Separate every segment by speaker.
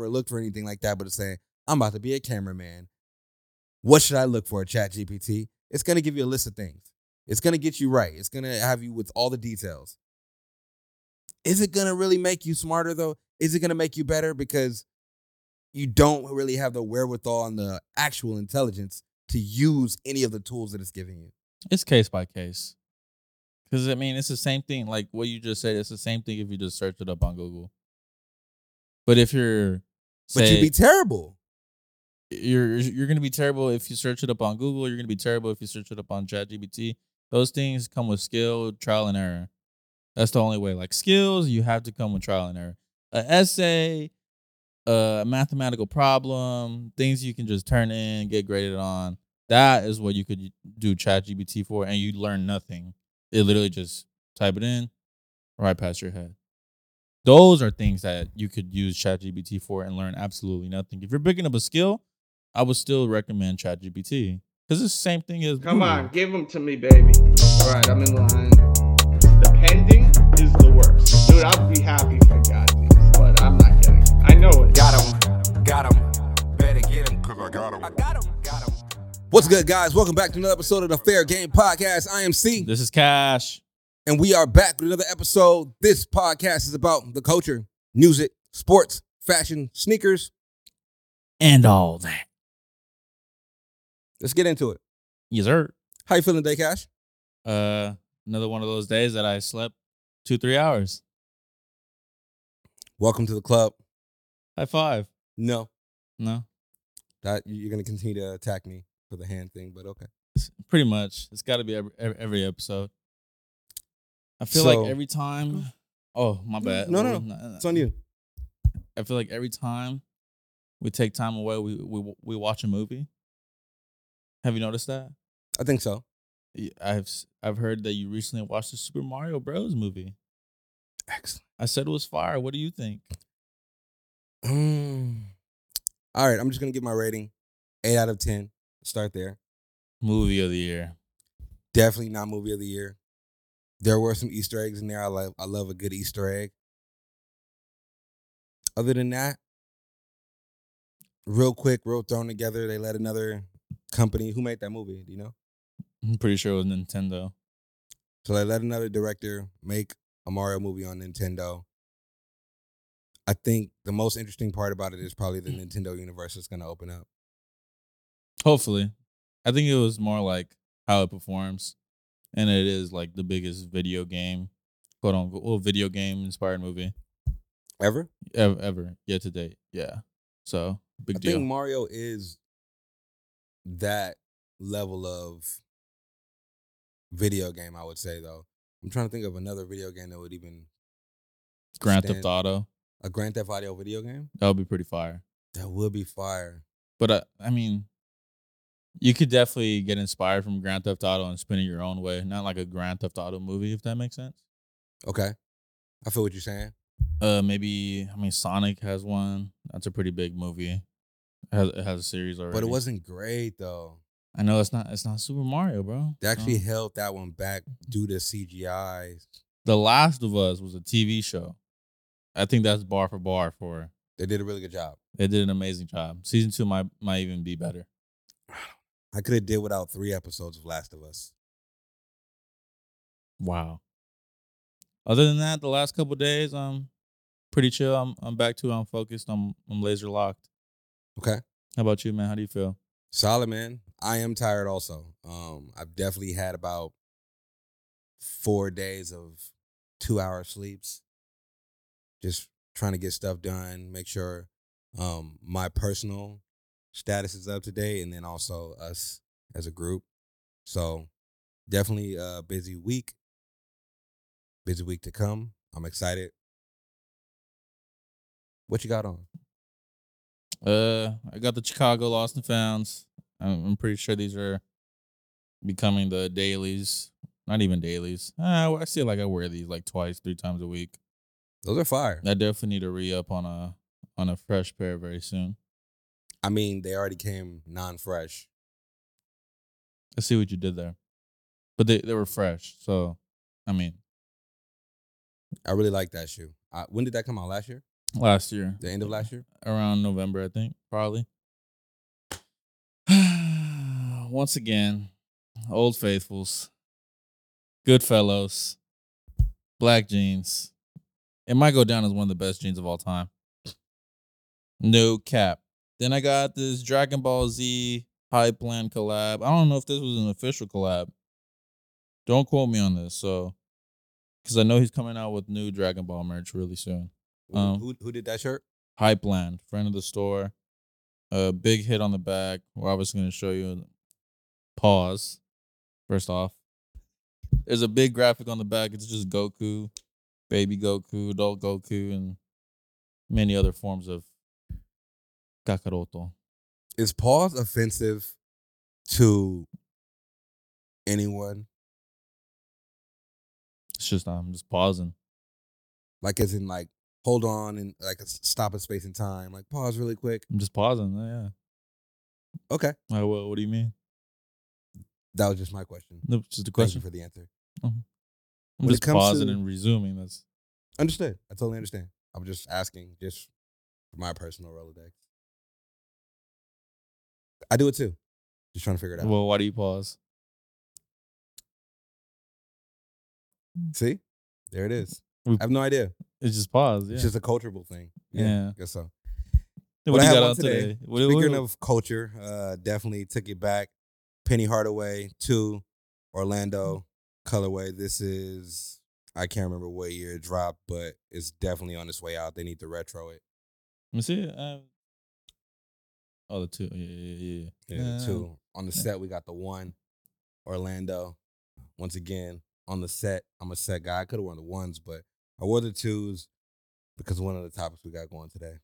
Speaker 1: looked for anything like that, but it's saying, I'm about to be a cameraman. What should I look for, Chat GPT? It's gonna give you a list of things. It's gonna get you right. It's gonna have you with all the details. Is it gonna really make you smarter though? Is it gonna make you better? Because you don't really have the wherewithal and the actual intelligence to use any of the tools that it's giving you.
Speaker 2: It's case by case. Because I mean, it's the same thing. Like what you just said, it's the same thing if you just search it up on Google. But if you're,
Speaker 1: But you'd
Speaker 2: say,
Speaker 1: be terrible.
Speaker 2: you're you're gonna be terrible if you search it up on Google. You're gonna be terrible if you search it up on ChatGPT. Those things come with skill, trial and error. That's the only way. Like skills, you have to come with trial and error. An essay, a mathematical problem, things you can just turn in, get graded on. That is what you could do ChatGPT for, and you learn nothing. It literally just type it in, right past your head. Those are things that you could use ChatGPT for and learn absolutely nothing. If you're picking up a skill, I would still recommend ChatGPT because it's the same thing as
Speaker 3: Come
Speaker 2: Google.
Speaker 3: on, give them to me, baby. All right, I'm in line. Depending is the worst. Dude, I'll be happy for God's sakes, but I'm not getting it. I know it.
Speaker 4: Got him, got him. Better get him. Cause I got him. I got him, got him.
Speaker 1: What's good, guys? Welcome back to another episode of the Fair Game Podcast. I am C,
Speaker 2: This is Cash.
Speaker 1: and we are back with another episode. This podcast is about the culture, music, sports, fashion, sneakers.
Speaker 2: And all that.
Speaker 1: Let's get into it.
Speaker 2: Yes, sir.
Speaker 1: How you feeling today, Cash?
Speaker 2: Uh, another one of those days that I slept two, three hours.
Speaker 1: Welcome to the club.
Speaker 2: High five.
Speaker 1: No,
Speaker 2: No,
Speaker 1: that, you're going to continue to attack me for the hand thing, but okay.
Speaker 2: it's pretty much. It's got to be every, every, every episode. I feel
Speaker 1: So-
Speaker 2: like every time. Oh, my bad.
Speaker 1: No, no,
Speaker 2: no.
Speaker 1: It's on you.
Speaker 2: I feel like every time we take time away, we we we watch a movie. Have you noticed that?
Speaker 1: I think so.
Speaker 2: Y- I've s- I've heard that you recently watched the Super Mario Bros. movie.
Speaker 1: Excellent.
Speaker 2: I said it was fire. What do you think?
Speaker 1: Mm. All right, I'm just going to give my rating 8 out of 10. Start there.
Speaker 2: Movie of the year.
Speaker 1: Definitely not movie of the year. There were some Easter eggs in there. I love I love a good Easter egg. Other than that, real quick, real thrown together, they let another company who made that movie, do you know?
Speaker 2: I'm pretty sure it was Nintendo.
Speaker 1: So they let another director make a Mario movie on Nintendo. I think the most interesting part about it is probably the Nintendo universe that's gonna open up.
Speaker 2: Hopefully, I think it was more like how it performs, and it is like the biggest video game, quote unquote, well, video game inspired movie
Speaker 1: Ever?
Speaker 2: ever, ever yet to date. Yeah. So big
Speaker 1: I
Speaker 2: deal.
Speaker 1: think Mario is that level of video game, I would say though. I'm trying to think of another video game that would even
Speaker 2: Grand
Speaker 1: stand-
Speaker 2: Theft Auto.
Speaker 1: a Grand Theft Audio video game?
Speaker 2: That would be pretty fire.
Speaker 1: That would be fire.
Speaker 2: But I, I mean, you could definitely get inspired from Grand Theft Auto and spin it your own way, not like a Grand Theft Auto movie, if that makes sense.
Speaker 1: Okay. I feel what you're saying.
Speaker 2: Uh, maybe I mean Sonic has one. That's a pretty big movie. It has, it has a series already.
Speaker 1: But it wasn't great though.
Speaker 2: I know it's not. It's not Super Mario, bro.
Speaker 1: They actually
Speaker 2: No.
Speaker 1: held that one back due to CGI.
Speaker 2: The Last of Us was a TV show. I think that's bar for bar for.
Speaker 1: They did a really good job.
Speaker 2: They did an amazing job. Season two might might even be better.
Speaker 1: I could have did without three episodes of Last of Us.
Speaker 2: Wow. Other than that, the last couple days, I'm pretty chill. I'm I'm back to it. I'm focused. I'm I'm laser locked.
Speaker 1: Okay.
Speaker 2: How about you, man? How do you feel?
Speaker 1: Solid man. I am tired also. Um, I've definitely had about four days of two hour sleeps. Just trying to get stuff done, make sure um my personal status is up to date and then also us as a group. So definitely a busy week. Busy week to come. I'm excited. What you got on?
Speaker 2: Uh, I got the Chicago Lost and Founds. I'm, I'm pretty sure these are becoming the dailies. Not even dailies. Uh, I feel like I wear these like twice, three times a week.
Speaker 1: Those are fire.
Speaker 2: I definitely need to re up on a on a fresh pair very soon.
Speaker 1: I mean, they already came non fresh.
Speaker 2: I see what you did there, but they they were fresh. So, I mean,
Speaker 1: I really like that shoe. I, when did that come out? Last year?
Speaker 2: last year,
Speaker 1: The end of last year.
Speaker 2: around November, I think, probably. Once again, old faithfuls, good fellows, black jeans. It might go down as one of the best jeans of all time. No cap. Then I got this Dragon Ball Z High Plan collab. I don't know if this was an official collab. Don't quote me on this, so because I know he's coming out with new Dragon Ball merch really soon.
Speaker 1: Who,
Speaker 2: Um,
Speaker 1: who who did that shirt?
Speaker 2: Hypeland, friend of the store. A big hit on the back. We're obviously going to show you. Pause. First off, there's a big graphic on the back. It's just Goku, baby Goku, adult Goku, and many other forms of Kakaroto.
Speaker 1: Is pause offensive to anyone?
Speaker 2: It's just I'm just pausing.
Speaker 1: Like as in like hold on and like s- stop in space and time. Like pause really quick.
Speaker 2: I'm just pausing. uh, Yeah.
Speaker 1: Okay,
Speaker 2: Like, what, what do you mean?
Speaker 1: that was just my question.
Speaker 2: No, it's just a
Speaker 1: Question
Speaker 2: question.
Speaker 1: for the answer.
Speaker 2: I'm
Speaker 1: when it
Speaker 2: just
Speaker 1: comes
Speaker 2: pausing
Speaker 1: to-
Speaker 2: and resuming. That's
Speaker 1: Understood. I totally understand. I'm just asking, just for my personal Rolodex. I do it too. Just trying to figure it out.
Speaker 2: well. Why do you pause?
Speaker 1: See, there it is.
Speaker 2: We-
Speaker 1: I have no idea.
Speaker 2: It's just pause. Yeah.
Speaker 1: It's just a cultural thing.
Speaker 2: Yeah.
Speaker 1: I guess so.
Speaker 2: what,
Speaker 1: what
Speaker 2: do
Speaker 1: I
Speaker 2: you
Speaker 1: have
Speaker 2: got
Speaker 1: on
Speaker 2: on
Speaker 1: today,
Speaker 2: today? What, what-
Speaker 1: Speaking of culture, uh, definitely took it back. Penny Hardaway to
Speaker 2: Mm-hmm.
Speaker 1: Orlando colorway. This is I can't remember what year it dropped, but it's definitely on its way out. They need to retro it.
Speaker 2: Let me see. Uh, oh, the two. Yeah, yeah, yeah.
Speaker 1: Yeah,
Speaker 2: Uh,
Speaker 1: two on the set. We got the one Orlando. Once again on the set. I'm a set guy. I could have worn the ones, but I wore the twos because one of the topics we got going today.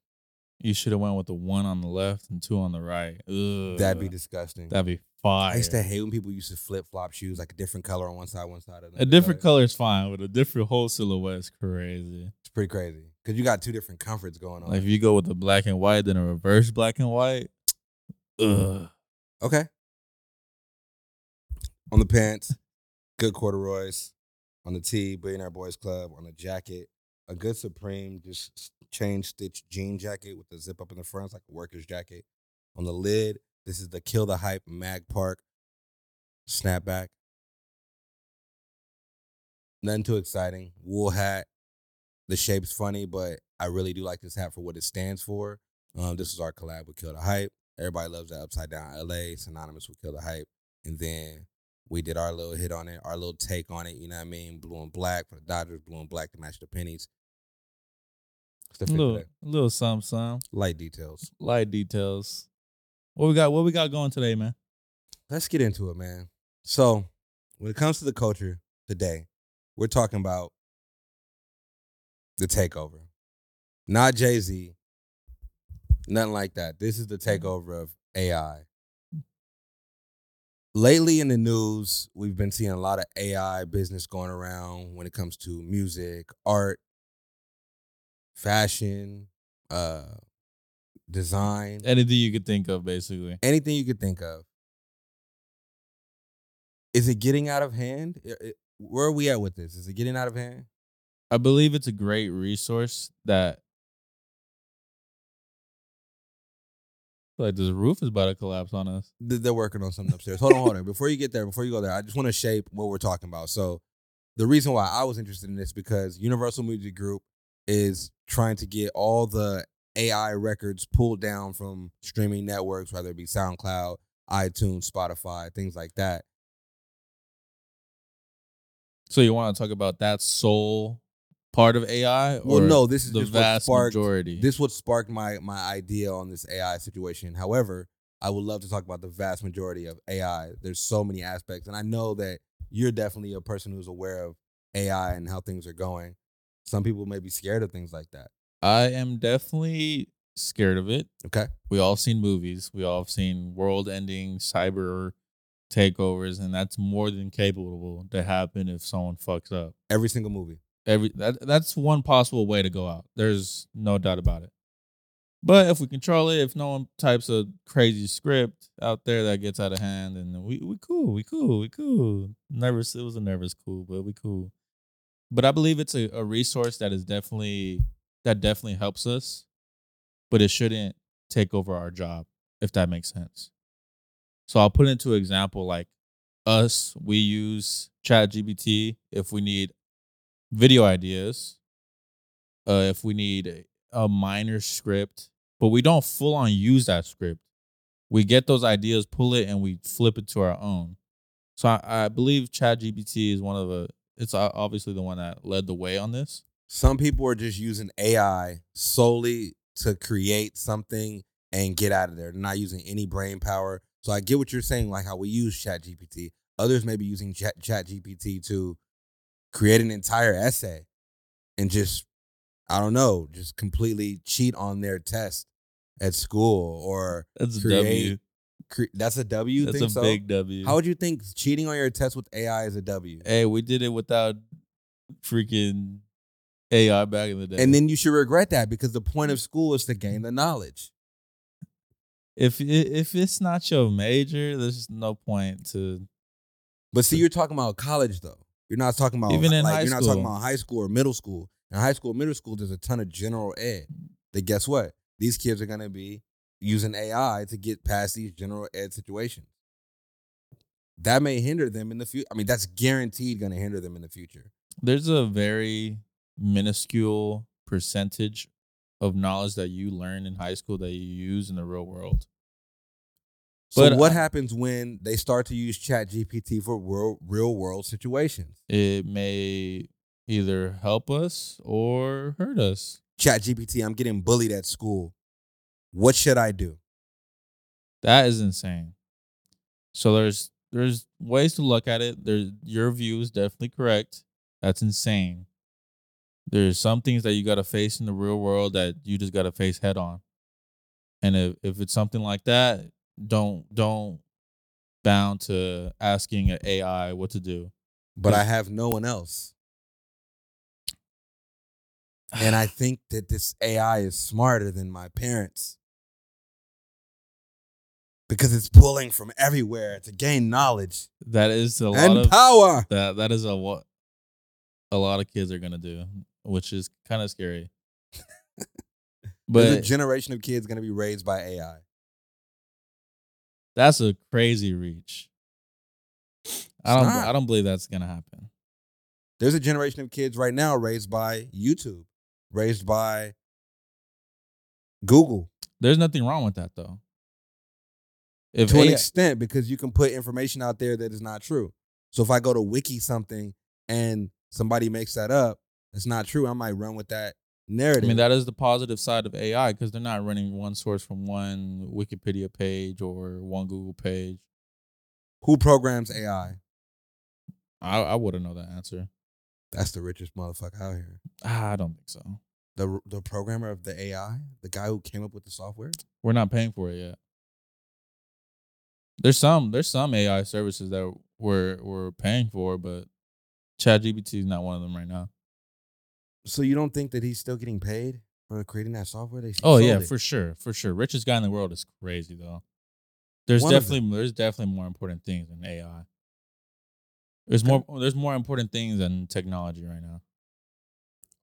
Speaker 2: You should have went with the one on the left and two on the right. Ugh,
Speaker 1: That'd be disgusting.
Speaker 2: that'd be fire.
Speaker 1: I used to hate when people used to flip flop shoes like a different color on one side, one side.
Speaker 2: a different color is fine, but a different whole silhouette is crazy.
Speaker 1: It's pretty crazy because you got two different comforts going on.
Speaker 2: Like if you go with a black and white, then a reverse black and white. Ugh.
Speaker 1: okay. On the pants, good corduroys. On the tee, Billionaire Boys Club. On the jacket, a good Supreme just s- chain stitch jean jacket with the zip up in the front, it's like a worker's jacket. On the lid, this is the Kill the Hype Mag Park snapback. Nothing too exciting. Wool hat. The shape's funny, but I really do like this hat for what it stands for. Um, this is our collab with Kill the Hype. Everybody loves that upside down LA, synonymous with Kill the Hype. And then we did our little hit on it, our little take on it, you know what I mean? Blue and black for the Dodgers, blue and black to match the pennies. It's the fit
Speaker 2: Little,
Speaker 1: today.
Speaker 2: little some, some
Speaker 1: Light details.
Speaker 2: light details. What we got? What we got going today, man?
Speaker 1: Let's get into it, man. So, when it comes to the culture today, we're talking about the takeover. Not Jay Z, nothing like that. This is the takeover of AI. Lately in the news, we've been seeing a lot of AI business going around when it comes to music, art, fashion, uh, design
Speaker 2: Anything you could think of, basically.
Speaker 1: anything you could think of. Is it getting out of hand? I- I- Where are we at with this? Is it getting out of hand?
Speaker 2: I believe it's a great resource that like this roof is about to collapse on us.
Speaker 1: Th- They're working on something upstairs. Hold on, hold on. Before you get there, before you go there, I just want to shape what we're talking about. So, the reason why I was interested in this because Universal Music Group is trying to get all the AI records pulled down from streaming networks, whether it be SoundCloud, iTunes, Spotify, things like that.
Speaker 2: So you want to talk about that sole part of AI?
Speaker 1: Well,
Speaker 2: or
Speaker 1: no, this is
Speaker 2: the
Speaker 1: just what
Speaker 2: vast
Speaker 1: sparked-
Speaker 2: majority.
Speaker 1: This would spark my my idea on this AI situation. However, I would love to talk about the vast majority of AI. There's so many aspects, and I know that you're definitely a person who's aware of AI and how things are going. Some people may be scared of things like that.
Speaker 2: I am definitely scared of it.
Speaker 1: Okay,
Speaker 2: We all seen movies. We all have seen world-ending cyber takeovers, and that's more than capable to happen if someone fucks up.
Speaker 1: every single movie.
Speaker 2: every that, that's one possible way to go out. There's no doubt about it. But if we control it, if no one types a crazy script out there that gets out of hand, and we we cool, we cool, we cool. Nervous, it was a nervous cool, but we cool. But I believe it's a, a resource that is definitely that definitely helps us, but it shouldn't take over our job, if that makes sense. So I'll put into example like us, we use ChatGPT if we need video ideas, uh, if we need a minor script, but we don't full on use that script. We get those ideas, pull it, and we flip it to our own. So I, I believe ChatGPT is one of the. It's o- obviously the one that led the way on this.
Speaker 1: Some people are just using AI solely to create something and get out of there, not using any brain power. So I get what you're saying, like how we use ChatGPT. Others may be using Chat ChatGPT to create an entire essay and just, I don't know, just completely cheat on their test at school or
Speaker 2: That's a
Speaker 1: Create.
Speaker 2: W.
Speaker 1: cre- that's a W.
Speaker 2: That's
Speaker 1: think
Speaker 2: a
Speaker 1: so?
Speaker 2: big W.
Speaker 1: How would you think cheating on your test with AI is a W?
Speaker 2: hey, we did it without freaking AI back in the day.
Speaker 1: And then you should regret that because the point of school is to gain the knowledge.
Speaker 2: if i- if it's not your major, there's no point to
Speaker 1: But see, you're talking about college though. You're not talking about
Speaker 2: Even in
Speaker 1: like,
Speaker 2: high
Speaker 1: you're not talking
Speaker 2: school.
Speaker 1: about high school or middle school. In high school, middle school, there's a ton of general ed. That guess what? These kids are gonna be using AI to get past these general ed situations. That may hinder them in the future. I mean, that's guaranteed gonna hinder them in the future.
Speaker 2: there's a very minuscule percentage of knowledge that you learn in high school that you use in the real world.
Speaker 1: So
Speaker 2: But
Speaker 1: what
Speaker 2: I-
Speaker 1: happens when they start to use Chat GPT for real, real world situations?
Speaker 2: It may either help us or hurt us.
Speaker 1: Chat GPT, I'm getting bullied at school. What should I do?
Speaker 2: That is insane. So there's there's ways to look at it. There's your view is definitely correct. That's insane. There's some things that you gotta face in the real world that you just gotta face head on. And if, if it's something like that, don't don't bound to asking an AI what to do.
Speaker 1: But
Speaker 2: Mm.
Speaker 1: I have no one else. And I think that this AI is smarter than my parents because it's pulling from everywhere to gain knowledge
Speaker 2: That is a lot
Speaker 1: and
Speaker 2: of
Speaker 1: power.
Speaker 2: that that is a what a lot of kids are gonna do, which is kind of scary.
Speaker 1: There's a
Speaker 2: but
Speaker 1: generation of kids going to be raised by AI.
Speaker 2: That's a crazy reach. I don't.
Speaker 1: not.
Speaker 2: I don't believe that's gonna happen.
Speaker 1: There's a generation of kids right now raised by YouTube, raised by Google
Speaker 2: There's nothing wrong with that though. If
Speaker 1: to an
Speaker 2: AI
Speaker 1: extent because you can put information out there that is not true. So if I go to wiki something and somebody makes that up, it's not true. I might run with that
Speaker 2: I
Speaker 1: narrative.
Speaker 2: mean that is the positive side of AI because they're not running one source from one Wikipedia page or one Google page.
Speaker 1: Who programs AI?
Speaker 2: I, I wouldn't know that answer.
Speaker 1: That's the richest motherfucker out here.
Speaker 2: Ah, I don't think so.
Speaker 1: The the programmer of the AI, the guy who came up with the software.
Speaker 2: We're not paying for it yet. There's some there's some AI services that we're we're paying for, but ChatGPT is not one of them right now.
Speaker 1: So you don't think that he's still getting paid for creating that software? They
Speaker 2: Oh
Speaker 1: sold
Speaker 2: yeah,
Speaker 1: it.
Speaker 2: for sure, for sure. Richest guy in the world is crazy though. There's
Speaker 1: One of
Speaker 2: definitely there's definitely more important things than AI. There's more oh, there's more important things than technology right now.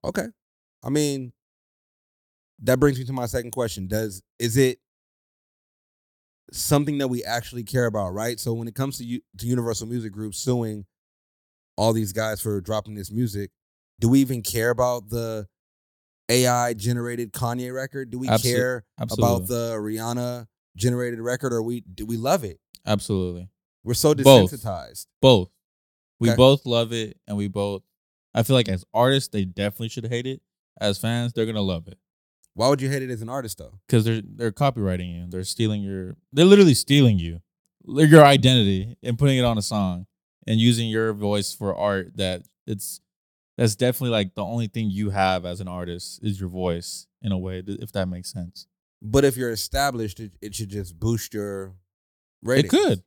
Speaker 1: Okay. I mean, that brings me to my second question. Does is it something that we actually care about, right? So when it comes to U- to Universal Music Group suing all these guys for dropping this music, do we even care about the AI generated Kanye record? Do we
Speaker 2: Absol-
Speaker 1: care
Speaker 2: Absolutely.
Speaker 1: about the Rihanna generated record or we do we love it?
Speaker 2: Absolutely.
Speaker 1: We're so
Speaker 2: Both.
Speaker 1: desensitized.
Speaker 2: Both. We
Speaker 1: Okay.
Speaker 2: both love it and we both I feel like as artists they definitely should hate it. As fans, they're gonna love it.
Speaker 1: Why would you hate it as an artist though?
Speaker 2: Because they're they're copywriting you. They're stealing your they're literally stealing you. Your identity and putting it on a song and using your voice for art that it's that's definitely like the only thing you have as an artist is your voice in a way, th- if that makes sense.
Speaker 1: But if you're established, it, it should just boost your rating.
Speaker 2: It could. It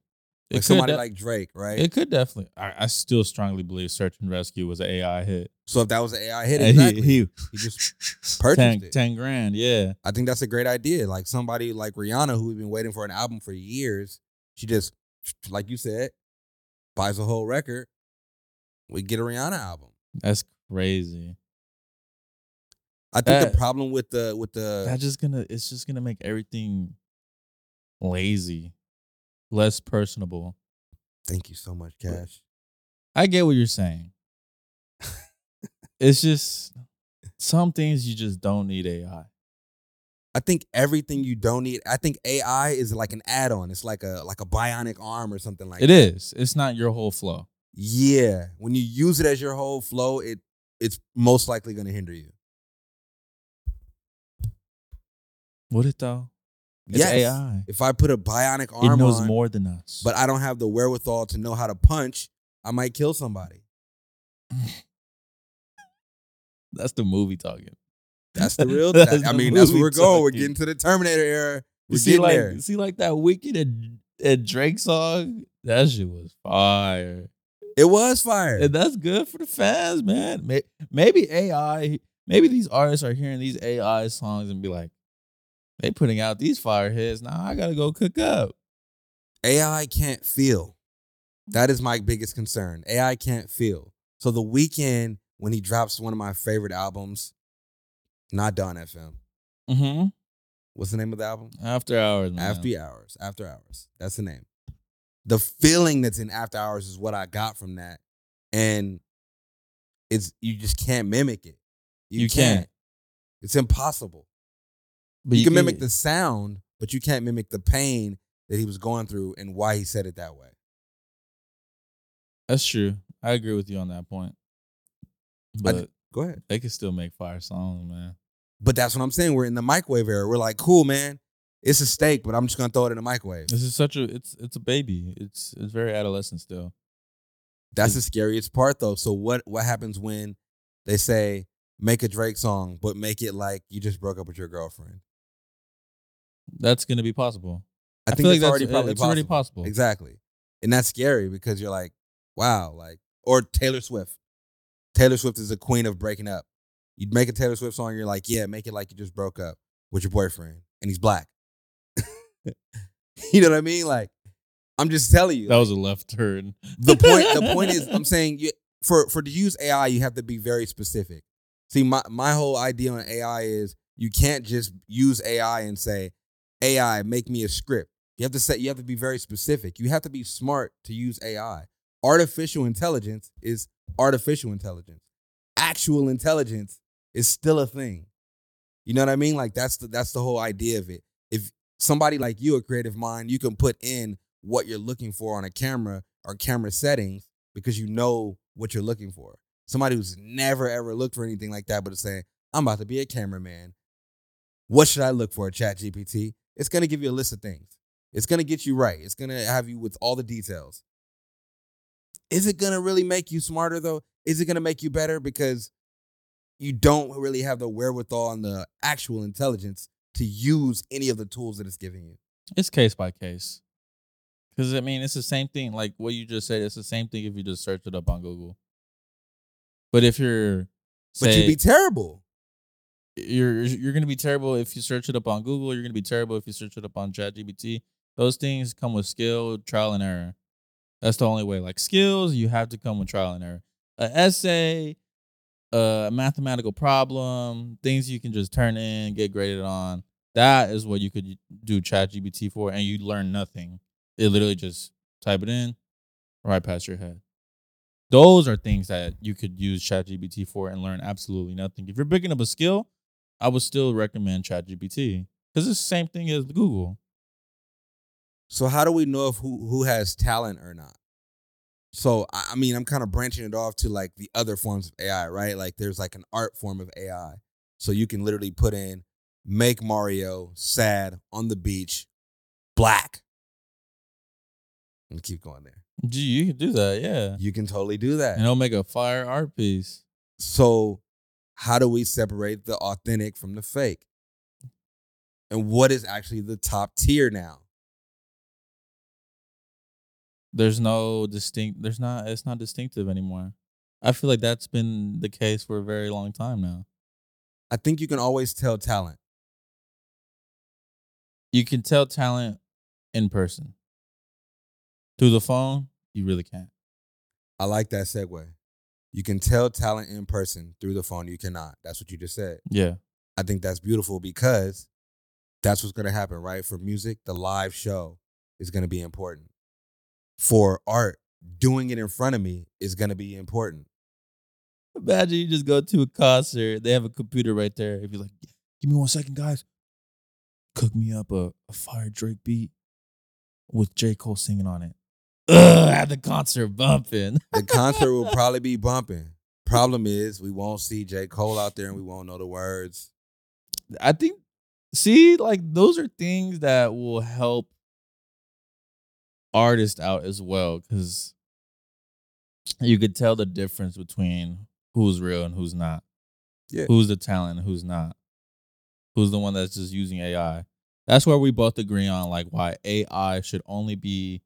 Speaker 1: Like
Speaker 2: could
Speaker 1: somebody
Speaker 2: de-
Speaker 1: like Drake, right?
Speaker 2: it could definitely. I, I still strongly believe Search and Rescue was an AI hit.
Speaker 1: so if that was an AI hit,
Speaker 2: And he-
Speaker 1: exactly.
Speaker 2: he,
Speaker 1: He just purchased
Speaker 2: 10,
Speaker 1: it.
Speaker 2: 10 grand, yeah.
Speaker 1: I think that's a great idea. Like somebody like Rihanna, who we've been waiting for an album for years, she just, like you said, buys a whole record. We get a Rihanna album.
Speaker 2: That's crazy.
Speaker 1: I think
Speaker 2: That-
Speaker 1: the problem with the with the
Speaker 2: That's just gonna. It's just gonna make everything lazy, less personable.
Speaker 1: thank you so much, Cash.
Speaker 2: I get what you're saying. it's just some things you just don't need AI.
Speaker 1: I think everything you don't need. I think AI is like an add-on. It's like a like a bionic arm or something like.
Speaker 2: It is. It's not your whole flow.
Speaker 1: Yeah, when you use it as your whole flow, it it's most likely going to hinder you.
Speaker 2: Would it though? It's
Speaker 1: Yes.
Speaker 2: AI.
Speaker 1: If I put a bionic arm
Speaker 2: It knows
Speaker 1: on,
Speaker 2: more than us.
Speaker 1: but I don't have the wherewithal to know how to punch, I might kill somebody.
Speaker 2: that's the movie talking.
Speaker 1: That's the real.
Speaker 2: That's
Speaker 1: that- I
Speaker 2: the
Speaker 1: mean, that's where
Speaker 2: movie
Speaker 1: we're going. We're
Speaker 2: talking.
Speaker 1: getting to the Terminator era. We're
Speaker 2: You see,
Speaker 1: getting
Speaker 2: like,
Speaker 1: there.
Speaker 2: see, like that Wicked and, and Drake song. That shit was fire,
Speaker 1: It was fire.
Speaker 2: and that's good for the fans, man. May- Maybe AI, maybe these artists are hearing these AI songs and be like, they putting out these fire hits. Now I gotta go cook up.
Speaker 1: AI can't feel. That is my biggest concern. AI can't feel. So the weekend when he drops one of my favorite albums, not Don FM.
Speaker 2: Mm-hmm.
Speaker 1: What's the name of the album?
Speaker 2: After hours, man.
Speaker 1: After Hours. After Hours. That's the name. The feeling that's in After Hours is what I got from that. And it's you just can't mimic it.
Speaker 2: You can't.
Speaker 1: It's impossible.
Speaker 2: but
Speaker 1: you can mimic the sound, but you can't mimic the pain that he was going through and why he said it that way.
Speaker 2: That's true. I agree with you on that point.
Speaker 1: I
Speaker 2: But
Speaker 1: d- Go ahead.
Speaker 2: they can still make fire songs, man.
Speaker 1: But that's what I'm saying. We're in the microwave era. We're like, cool, man. It's a steak, but I'm just gonna throw it in the microwave.
Speaker 2: This is such a it's it's a baby. It's it's very adolescent still.
Speaker 1: That's
Speaker 2: Mm.
Speaker 1: the scariest part, though. So what what happens when they say make a Drake song, but make it like you just broke up with your girlfriend?
Speaker 2: That's gonna be possible.
Speaker 1: I, think
Speaker 2: feel
Speaker 1: it's
Speaker 2: like
Speaker 1: already
Speaker 2: that's, uh,
Speaker 1: probably
Speaker 2: it's
Speaker 1: possible.
Speaker 2: already possible.
Speaker 1: Exactly, and that's scary because you're like, wow, like or Taylor Swift. Taylor Swift is the queen of breaking up. You'd make a Taylor Swift song, you're like, yeah, make it like you just broke up with your boyfriend, and he's black. you know what I mean? Like, I'm just telling you.
Speaker 2: That was a left turn.
Speaker 1: the point the point is i'm saying you, for for to use ai you have to be very specific see my my whole idea on ai is you can't just use ai and say ai make me a script you have to say you have to be very specific you have to be smart to use ai artificial intelligence is artificial intelligence actual intelligence is still a thing you know what i mean like that's the that's the whole idea of it if somebody like you a creative mind you can put in what you're looking for on a camera or camera settings because you know what you're looking for. Somebody who's never ever looked for anything like that, but is saying, I'm about to be a cameraman. What should I look for, Chat GPT? It's gonna give you a list of things. It's gonna get you right. It's gonna have you with all the details. Is it gonna really make you smarter though? Is it gonna make you better? Because you don't really have the wherewithal and the actual intelligence to use any of the tools that it's giving you.
Speaker 2: It's case by case. Cause I mean it's the same thing, like what you just said, it's the same thing if you just search it up on Google. But if you're
Speaker 1: But you'd
Speaker 2: say-
Speaker 1: be terrible.
Speaker 2: you're you're gonna be terrible if you search it up on Google. You're gonna be terrible if you search it up on ChatGPT. Those things come with skill, trial and error. That's the only way. Like skills, you have to come with trial and error. An essay, a mathematical problem, things you can just turn in, get graded on. That is what you could do ChatGPT for, and you learn nothing. It literally just type it in, right past your head. Those are things that you could use ChatGPT for and learn absolutely nothing. If you're picking up a skill, I would still recommend ChatGPT because it's the same thing as Google.
Speaker 1: So how do we know if who who has talent or not? So I I mean, I'm kind of branching it off to like the other forms of AI, right? Like there's like an art form of AI. So you can literally put in make Mario sad on the beach, black. And keep going there.
Speaker 2: Gee, you can do that, yeah.
Speaker 1: You can totally do
Speaker 2: And
Speaker 1: that.
Speaker 2: it'll make a fire art piece.
Speaker 1: So how do we separate the authentic from the fake? And what is actually the top tier now?
Speaker 2: There's no distinct. There's not. It's not distinctive anymore. I feel like that's been the case for a very long time now.
Speaker 1: I think you can always tell talent.
Speaker 2: You can tell talent in person. Through the phone, you really can't.
Speaker 1: I like that segue. You can tell talent in person through the phone. You cannot. That's what you just said.
Speaker 2: Yeah.
Speaker 1: I think that's beautiful because that's what's going to happen, right? For music, the live show is going to be important. For art, doing it in front of me is going to be important.
Speaker 2: Imagine you just go to a concert. They have a computer right there. If you're like, give me one second, guys. Cook me up a, a fire Drake beat with J. Cole singing on it. Ugh, I had the concert bumping.
Speaker 1: The concert will probably be bumping. Problem is, we won't see J. Cole out there and we won't know the words.
Speaker 2: I think, see, like those are things that will help artists out as well because you could tell the difference between who's real and who's not.
Speaker 1: Yeah.
Speaker 2: Who's the talent and who's not. Who's the one that's just using AI. That's where we both agree on like why AI should only be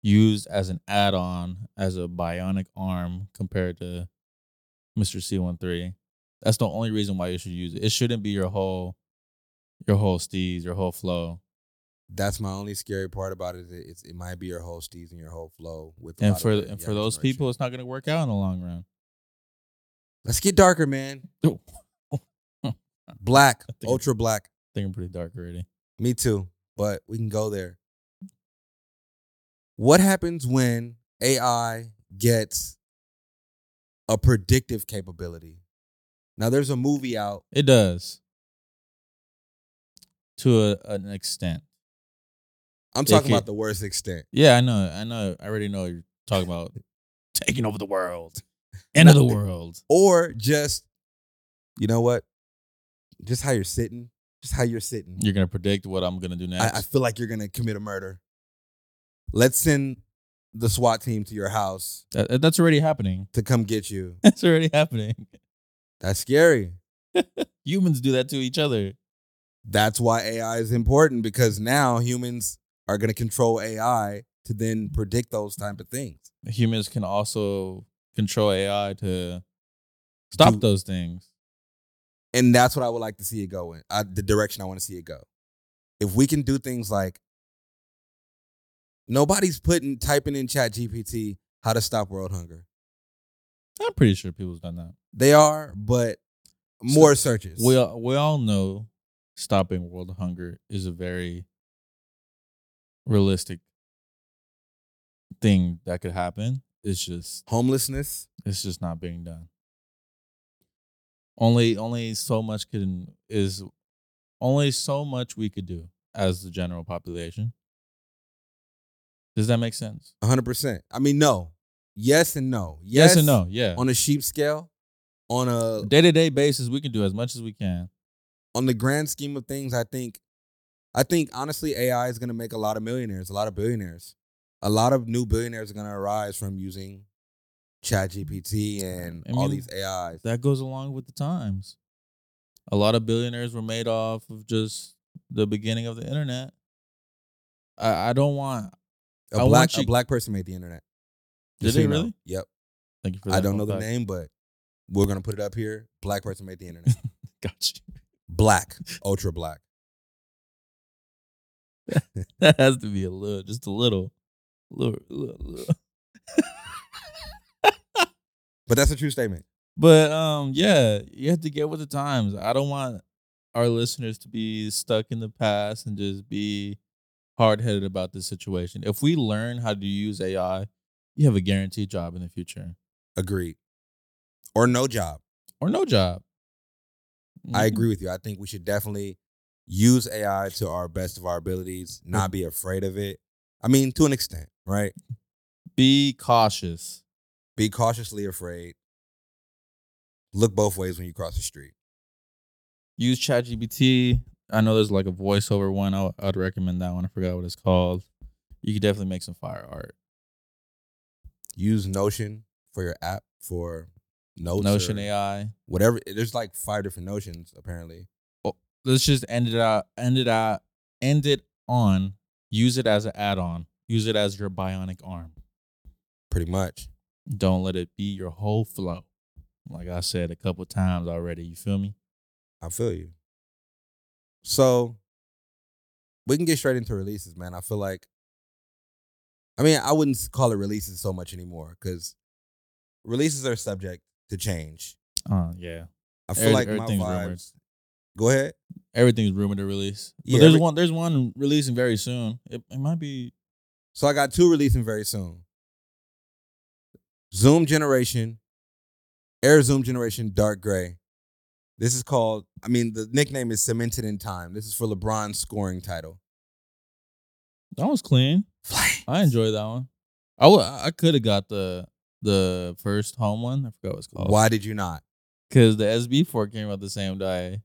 Speaker 2: used as an add-on as a bionic arm compared to Mr. C13. That's the only reason why you should use it. It shouldn't be your whole your whole steez, your whole flow.
Speaker 1: That's my only scary part about it. It, it's, it might be your whole steez and your whole flow. With a lot
Speaker 2: And
Speaker 1: of
Speaker 2: for
Speaker 1: the
Speaker 2: and for
Speaker 1: young
Speaker 2: those
Speaker 1: generation.
Speaker 2: people it's not going to work out in the long run.
Speaker 1: let's get darker, man.
Speaker 2: Oh,
Speaker 1: Black,
Speaker 2: I think-
Speaker 1: ultra black.
Speaker 2: thinking pretty dark already.
Speaker 1: Me too, but we can go there. What happens when AI gets a predictive capability? Now, there's a movie out.
Speaker 2: It does. To a, an extent.
Speaker 1: I'm
Speaker 2: Take
Speaker 1: talking
Speaker 2: it.
Speaker 1: about the worst extent.
Speaker 2: Yeah, I know. I know. I already know what you're talking about. Taking over the world. End of the world.
Speaker 1: Or just, you know what? Just how you're sitting. Just how you're sitting.
Speaker 2: You're going to predict what I'm going to do next.
Speaker 1: I, I feel like you're going to commit a murder. Let's send the SWAT team to your house
Speaker 2: That- that's already happening.
Speaker 1: to come get you.
Speaker 2: That's already happening.
Speaker 1: That's scary.
Speaker 2: Humans do that to each other.
Speaker 1: that's why AI is important because now humans are going to control AI to then predict those type of things.
Speaker 2: Humans can also control AI to stop
Speaker 1: Do-
Speaker 2: those things.
Speaker 1: And that's what I would like to see it go in, I, the direction I want to see it go. If we can do things like nobody's putting, typing in chat GPT how to stop world hunger.
Speaker 2: I'm pretty sure people's done that.
Speaker 1: They are, but more searches.
Speaker 2: We all, we all know stopping world hunger is a very realistic thing that could happen. It's just
Speaker 1: Homelessness,
Speaker 2: it's just not being done. Only only so much can is only so much we could do as the general population. Does that make sense?
Speaker 1: 100%. I mean, no. Yes and no.
Speaker 2: Yes, and no. Yeah.
Speaker 1: On a sheep scale, on a
Speaker 2: Day to day basis, we can do as much as we can.
Speaker 1: on the grand scheme of things, I think, I think honestly, AI is going to make a lot of millionaires, a lot of billionaires, a lot of new billionaires are going to arise from using ChatGPT and
Speaker 2: I
Speaker 1: all
Speaker 2: mean-
Speaker 1: these AIs.
Speaker 2: That goes along with the times. A lot of billionaires were made off of just the beginning of the internet. I, I don't want. I
Speaker 1: A
Speaker 2: want
Speaker 1: black,
Speaker 2: you-
Speaker 1: a black person made the internet.
Speaker 2: Did
Speaker 1: Just
Speaker 2: they
Speaker 1: you know.
Speaker 2: really?
Speaker 1: Yep.
Speaker 2: Thank you for that.
Speaker 1: I don't know the
Speaker 2: fact.
Speaker 1: name, but we're going to put it up here. Black person made the internet.
Speaker 2: Got you.
Speaker 1: black, ultra black.
Speaker 2: That has to be a little, just a little, little, little, little.
Speaker 1: But that's a true statement.
Speaker 2: But um, yeah, you have to get with the times. I don't want our listeners to be stuck in the past and just be hard headed about this situation. If we learn how to use AI, you have a guaranteed job in the future
Speaker 1: Agreed. Or no job.
Speaker 2: or no job. Mm-hmm.
Speaker 1: I agree with you. I think we should definitely use AI to our best of our abilities, not be afraid of it. I mean, to an extent, right?
Speaker 2: Be cautious.
Speaker 1: Be cautiously afraid. Look both ways when you cross the street.
Speaker 2: Use ChatGPT. I know there's like a voiceover one. I, I'd recommend that one. I forgot what it's called. You could definitely make some fire art.
Speaker 1: Use Notion for your app for notes.
Speaker 2: Notion
Speaker 1: or
Speaker 2: AI.
Speaker 1: Whatever. There's like five different notions, apparently.
Speaker 2: let's just end it out end it out end it on use it as an add-on use it as your bionic arm
Speaker 1: Pretty much.
Speaker 2: don't let it be your whole flow like i said a couple times already you feel me
Speaker 1: I feel you. So we can get straight into releases, man. I feel like, I mean, I wouldn't call it releases so much anymore because releases are subject to change.
Speaker 2: Uh, yeah.
Speaker 1: I feel
Speaker 2: Every-
Speaker 1: like my
Speaker 2: everything's
Speaker 1: vibes.
Speaker 2: rumors.
Speaker 1: Go ahead.
Speaker 2: Everything's rumored to release. But
Speaker 1: Yeah,
Speaker 2: there's
Speaker 1: every-
Speaker 2: one. There's one releasing very soon. It, it might be.
Speaker 1: So I got two releasing very soon. Zoom Generation, Air Zoom Generation Dark Gray. This is called, I mean, the nickname is Cemented in Time. This is for LeBron's scoring title.
Speaker 2: That was clean. I enjoyed that one. I w- I could have got the the first home one. I forgot what it's called.
Speaker 1: Why did you not?
Speaker 2: Because the SB4 came out the same day.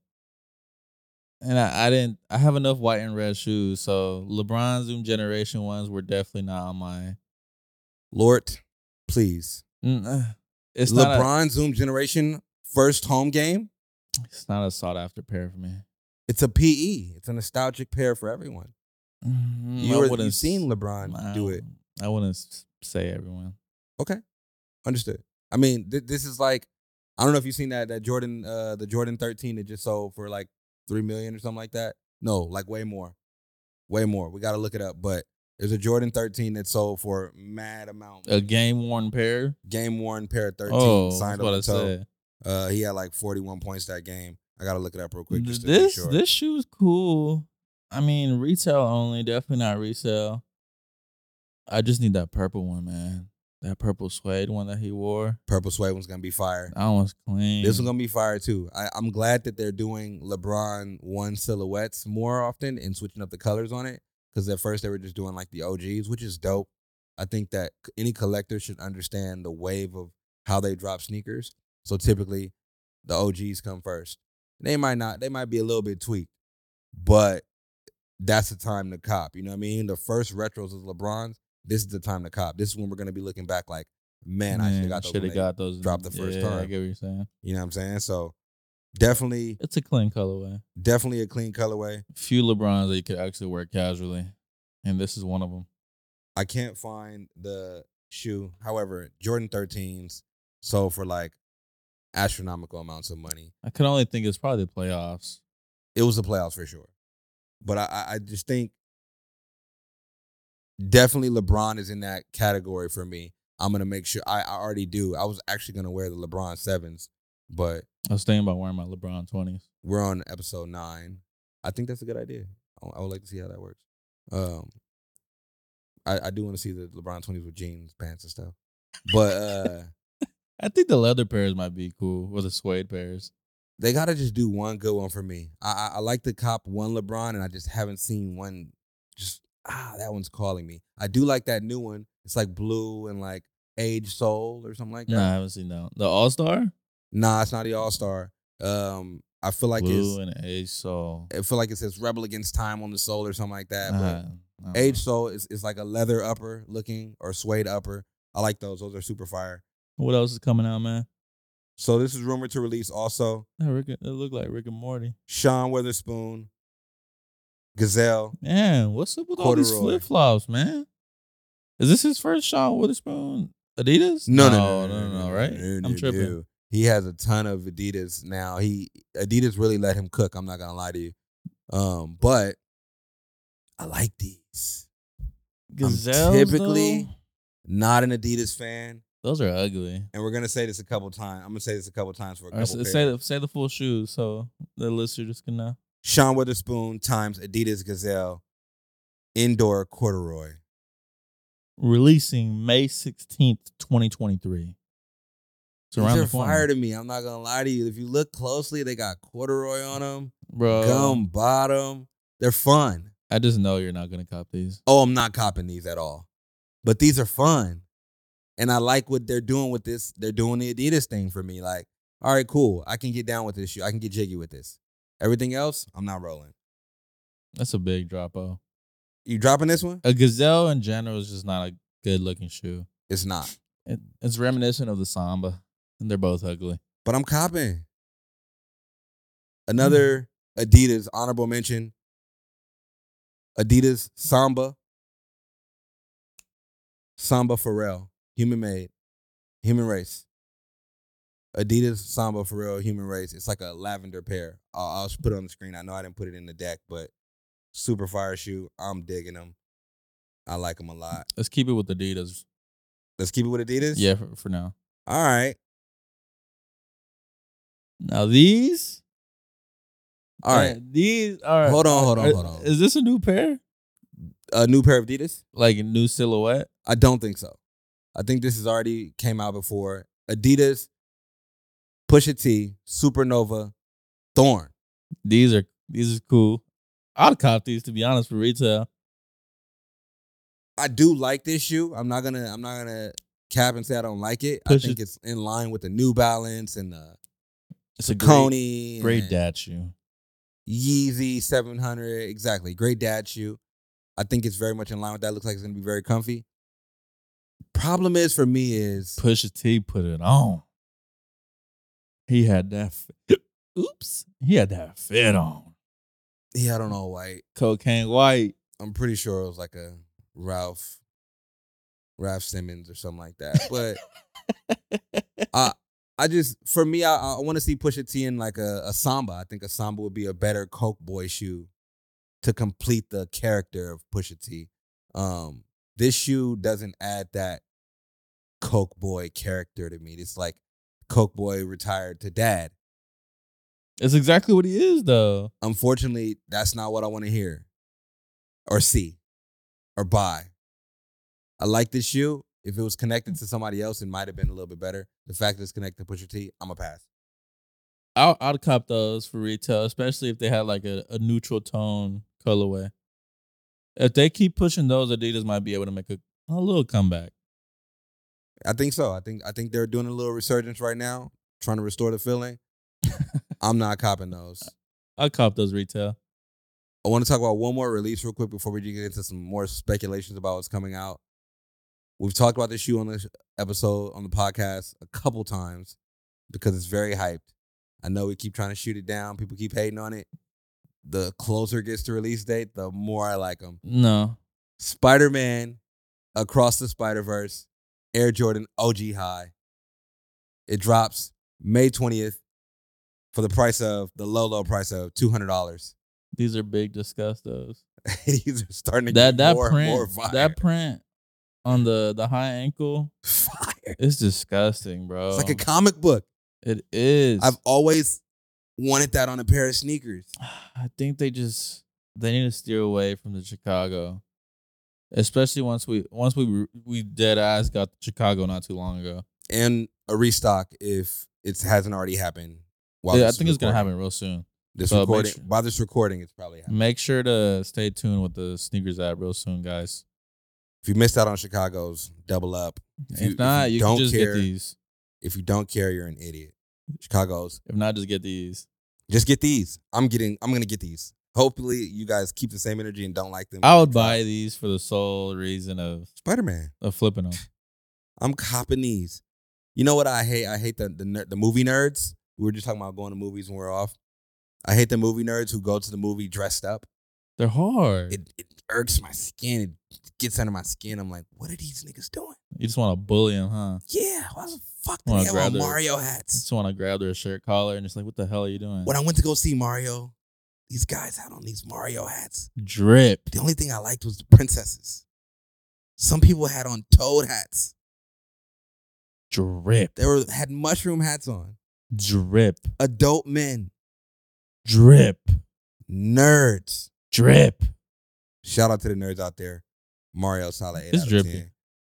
Speaker 2: And I, I didn't I have enough white and red shoes. So LeBron Zoom generation ones were definitely not on my
Speaker 1: Lord, please.
Speaker 2: Mm, uh, it's not
Speaker 1: LeBron Zoom Generation first home game.
Speaker 2: a, it's not a sought after pair for me.
Speaker 1: It's a PE. It's a nostalgic pair for everyone.
Speaker 2: Mm, I
Speaker 1: You were,
Speaker 2: wouldn't
Speaker 1: you've Mm-hmm. seen
Speaker 2: s-
Speaker 1: LeBron
Speaker 2: I
Speaker 1: do
Speaker 2: don't-
Speaker 1: it.
Speaker 2: I wouldn't s- say everyone.
Speaker 1: Understood. I mean, th- this is like I don't know if you've seen that that Jordan uh the Jordan 13 that just sold for like 3 million or something like that. No, like way more. Way more. We got to look it up, but there's a Jordan 13 that sold for mad amount.
Speaker 2: A game worn pair.
Speaker 1: Game worn pair of 13
Speaker 2: Uh, Oh, that's
Speaker 1: signed
Speaker 2: what I
Speaker 1: on toe.
Speaker 2: said.
Speaker 1: Uh he had like 41 points that game. I got to look it up real quick just to be
Speaker 2: This
Speaker 1: sure.
Speaker 2: this shoe's cool. I mean, retail only, definitely not resale. I just need that purple one, man. That purple suede one that he wore.
Speaker 1: Purple suede one's going to be fire.
Speaker 2: That one's clean.
Speaker 1: This one's going to be fire too. I, I'm glad that they're doing LeBron one silhouettes more often and switching up the colors on it. Because at first they were just doing like the OGs, which is dope. I think that c- any collector should understand the wave of how they drop sneakers. So typically the OGs come first. They might not, they might be a little bit tweaked, but that's the time to cop. You know what I mean? The first retros is LeBron's. This is the time to cop. This is when we're going to be looking back like, man, I should have got those.
Speaker 2: shoulda
Speaker 1: when they-
Speaker 2: got those.
Speaker 1: dropped the first
Speaker 2: yeah, I
Speaker 1: time.
Speaker 2: get what you're saying.
Speaker 1: You know what I'm saying? So definitely
Speaker 2: It's a clean colorway.
Speaker 1: definitely a clean colorway.
Speaker 2: Few LeBrons that you could actually wear casually, and this is one of them.
Speaker 1: I can't find the shoe. However, Jordan 13s sold for like astronomical amounts of money.
Speaker 2: I can only think it's probably the playoffs.
Speaker 1: It was the playoffs for sure. But I, I- I just think definitely LeBron is in that category for me. I'm gonna make sure I, I already do. I was actually gonna wear the LeBron sevens, but
Speaker 2: I was thinking about wearing my LeBron twenties.
Speaker 1: we're on episode nine. I think that's a good idea. I, I would like to see how that works. Um, I, I do want to see the LeBron twenties with jeans, pants, and stuff. But uh,
Speaker 2: I think the leather pairs might be cool, or the suede pairs.
Speaker 1: they gotta just do one good one for me. I, I I like to cop one LeBron, and I just haven't seen one. Just ah, that one's calling me. I do like that new one. It's like blue and like age soul or something like that.
Speaker 2: No, I haven't seen that. one. The All Star,
Speaker 1: Nah, it's not the All Star. Um, I feel like
Speaker 2: blue
Speaker 1: it's.
Speaker 2: and age soul.
Speaker 1: I feel like it says "Rebel Against Time" on the soul or something like that. But
Speaker 2: Uh, I don't
Speaker 1: Age sole is, is like a leather upper looking or suede upper. I like those. Those are super fire.
Speaker 2: know. What else is coming out, man?
Speaker 1: So this is rumored to release also
Speaker 2: That Rick, it looked like Rick and Morty.
Speaker 1: Sean Witherspoon, Gazelle.
Speaker 2: Man, what's up with all these
Speaker 1: Corduroy.
Speaker 2: flip flops, man? Is this his first Sean Witherspoon Adidas?
Speaker 1: No,
Speaker 2: no,
Speaker 1: no,
Speaker 2: no, no, right?
Speaker 1: no, no,
Speaker 2: I'm tripping.
Speaker 1: no. He has a ton of Adidas now. He Adidas really let him cook. I'm not gonna lie to you. Um, but I like these.
Speaker 2: Gazelles,
Speaker 1: typically-
Speaker 2: though?
Speaker 1: Not an Adidas fan,
Speaker 2: those are ugly.
Speaker 1: and we're gonna say this a couple times. I'm gonna say this a couple times for a
Speaker 2: All right,
Speaker 1: couple. pairs.
Speaker 2: say, say the, say the full shoes so the listener just can know.
Speaker 1: Sean Witherspoon times Adidas Gazelle indoor corduroy.
Speaker 2: Releasing May 16th, 2023. It's
Speaker 1: These
Speaker 2: around
Speaker 1: are
Speaker 2: the corner.
Speaker 1: fire to me. I'm not gonna lie to you. If you look closely, they got corduroy on them,
Speaker 2: Bro,
Speaker 1: gum bottom. They're fun.
Speaker 2: I just know you're not going to cop these.
Speaker 1: Oh, I'm not copping these at all, but these are fun, and I like what they're doing with this. They're doing the Adidas thing for me. Like, all right, cool. I can get down with this shoe. I can get jiggy with this. Everything else, I'm not rolling.
Speaker 2: That's a big drop off.
Speaker 1: You dropping this one?
Speaker 2: A gazelle in general is just not a good looking shoe.
Speaker 1: It's not.
Speaker 2: It, it's reminiscent of the samba, and they're both ugly.
Speaker 1: but I'm copping. Another Adidas honorable mention. Adidas Samba. Samba Pharrell, human made, human race. Adidas Samba Pharrell, human race. It's like a lavender pair. I'll, I'll just put it on the screen. I know I didn't put it in the deck, but super fire shoe. I'm digging them. I like them a lot.
Speaker 2: Let's keep it with Adidas.
Speaker 1: Let's keep it with Adidas.
Speaker 2: Yeah, for, for now.
Speaker 1: All right.
Speaker 2: Now these.
Speaker 1: All right. Uh,
Speaker 2: uh, these are.
Speaker 1: Hold on, hold on,
Speaker 2: are-
Speaker 1: hold on.
Speaker 2: Is this a new pair?
Speaker 1: A new pair of Adidas?
Speaker 2: Like a new silhouette?
Speaker 1: I don't think so. I think this has already came out before. Adidas, Pusha T, Supernova, Thorn.
Speaker 2: These are these are cool. I'd cop these to be honest for retail.
Speaker 1: I do like this shoe. I'm not gonna I'm not gonna cap and say I don't like it. I
Speaker 2: Pusha-
Speaker 1: think it's in line with the New Balance and the
Speaker 2: It's a great,
Speaker 1: Coney,
Speaker 2: great
Speaker 1: and
Speaker 2: dad shoe.
Speaker 1: Yeezy 700. Exactly, great dad shoe. I think it's very much in line with that. Looks like it's gonna be very comfy. Problem is for me is
Speaker 2: Pusha T put it on. He had that. F- Oops, he had that fit on.
Speaker 1: yeah, I don't know why.
Speaker 2: Cocaine white.
Speaker 1: I'm pretty sure it was like a Ralph, Ralph Simmons or something like that. But I just, for me, I, I want to see Pusha T in like a, a samba. I think a samba would be a better Coke boy shoe to complete the character of Pusha T. Um, this shoe doesn't add that Coke boy character to me. It's like Coke boy retired to dad.
Speaker 2: It's exactly what he is though.
Speaker 1: Unfortunately, that's not what I want to hear or see or buy. I like this shoe. If it was connected to somebody else, it might have been a little bit better. The fact that it's connected to Pusha T, I'm a pass.
Speaker 2: I'll, I'd cop those for retail, especially if they had like a, a neutral tone colorway. If they keep pushing those, Adidas might be able to make a, a little comeback.
Speaker 1: I think so. I think I think they're doing a little resurgence right now, trying to restore the feeling. I'm not copping those.
Speaker 2: I'd cop those retail.
Speaker 1: I want to talk about one more release real quick before we get into some more speculations about what's coming out. We've talked about this shoe on this episode on the podcast a couple times because it's very hyped. I know we keep trying to shoot it down. People keep hating on it. The closer it gets to release date, the more I like them.
Speaker 2: No.
Speaker 1: Spider Man Across the Spider Verse, Air Jordan OG High. It drops May 20th for the price of the low, low price of $200.
Speaker 2: These are big disgust those.
Speaker 1: These are starting to
Speaker 2: That
Speaker 1: get
Speaker 2: that
Speaker 1: more and
Speaker 2: print
Speaker 1: more fire.
Speaker 2: that print on the the high ankle,
Speaker 1: fire.
Speaker 2: it's disgusting, bro.
Speaker 1: It's like a comic book.
Speaker 2: it Um, is.
Speaker 1: I've always wanted that on a pair of sneakers.
Speaker 2: I think they just they need to steer away from the Chicago, especially once we once we we dead ass got Chicago not too long ago.
Speaker 1: And a restock if it hasn't already happened. While
Speaker 2: yeah, I
Speaker 1: this
Speaker 2: think
Speaker 1: is
Speaker 2: it's gonna
Speaker 1: recording.
Speaker 2: happen real soon.
Speaker 1: This
Speaker 2: but make
Speaker 1: recording,
Speaker 2: sure-
Speaker 1: by this recording, it's probably happening.
Speaker 2: Make sure to stay tuned with the sneakers app real soon, guys. Mm.
Speaker 1: If you missed out on Chicago's, double up. If
Speaker 2: If,
Speaker 1: you- if
Speaker 2: not,
Speaker 1: you
Speaker 2: you, can
Speaker 1: don't
Speaker 2: just
Speaker 1: care-
Speaker 2: get these.
Speaker 1: If you don't care, you're an idiot. Chicago's,
Speaker 2: If not, just get these.
Speaker 1: just get these. I'm getting. I'm gonna get these. Hopefully, you guys keep the same energy and don't like them.
Speaker 2: I would buy these for the sole reason of,
Speaker 1: Spider Man.
Speaker 2: of flipping them.
Speaker 1: I'm copping these. You know what I hate? I hate the the, ner- the movie nerds. We were just talking about going to movies when we are off. I hate the movie nerds who go to the movie dressed up.
Speaker 2: They're hard.
Speaker 1: It, it irks my skin. It gets under my skin. I'm like, what are these niggas doing?
Speaker 2: you just want to bully them, huh?
Speaker 1: Yeah, why the fuck do
Speaker 2: Wanna
Speaker 1: they have
Speaker 2: grab
Speaker 1: on
Speaker 2: their-
Speaker 1: Mario
Speaker 2: You
Speaker 1: hats?
Speaker 2: just want to grab their shirt collar and just like, what the hell are you doing?
Speaker 1: When I went to go see Mario, these guys had on these Mario hats.
Speaker 2: Drip.
Speaker 1: The only thing I liked was the princesses. Some people had on toad hats.
Speaker 2: Drip.
Speaker 1: They were had mushroom hats on.
Speaker 2: Drip.
Speaker 1: Adult men,
Speaker 2: Drip.
Speaker 1: nerds.
Speaker 2: Drip.
Speaker 1: Shout out to the nerds out there. Mario solid eight
Speaker 2: It's
Speaker 1: out
Speaker 2: drippy.
Speaker 1: of ten.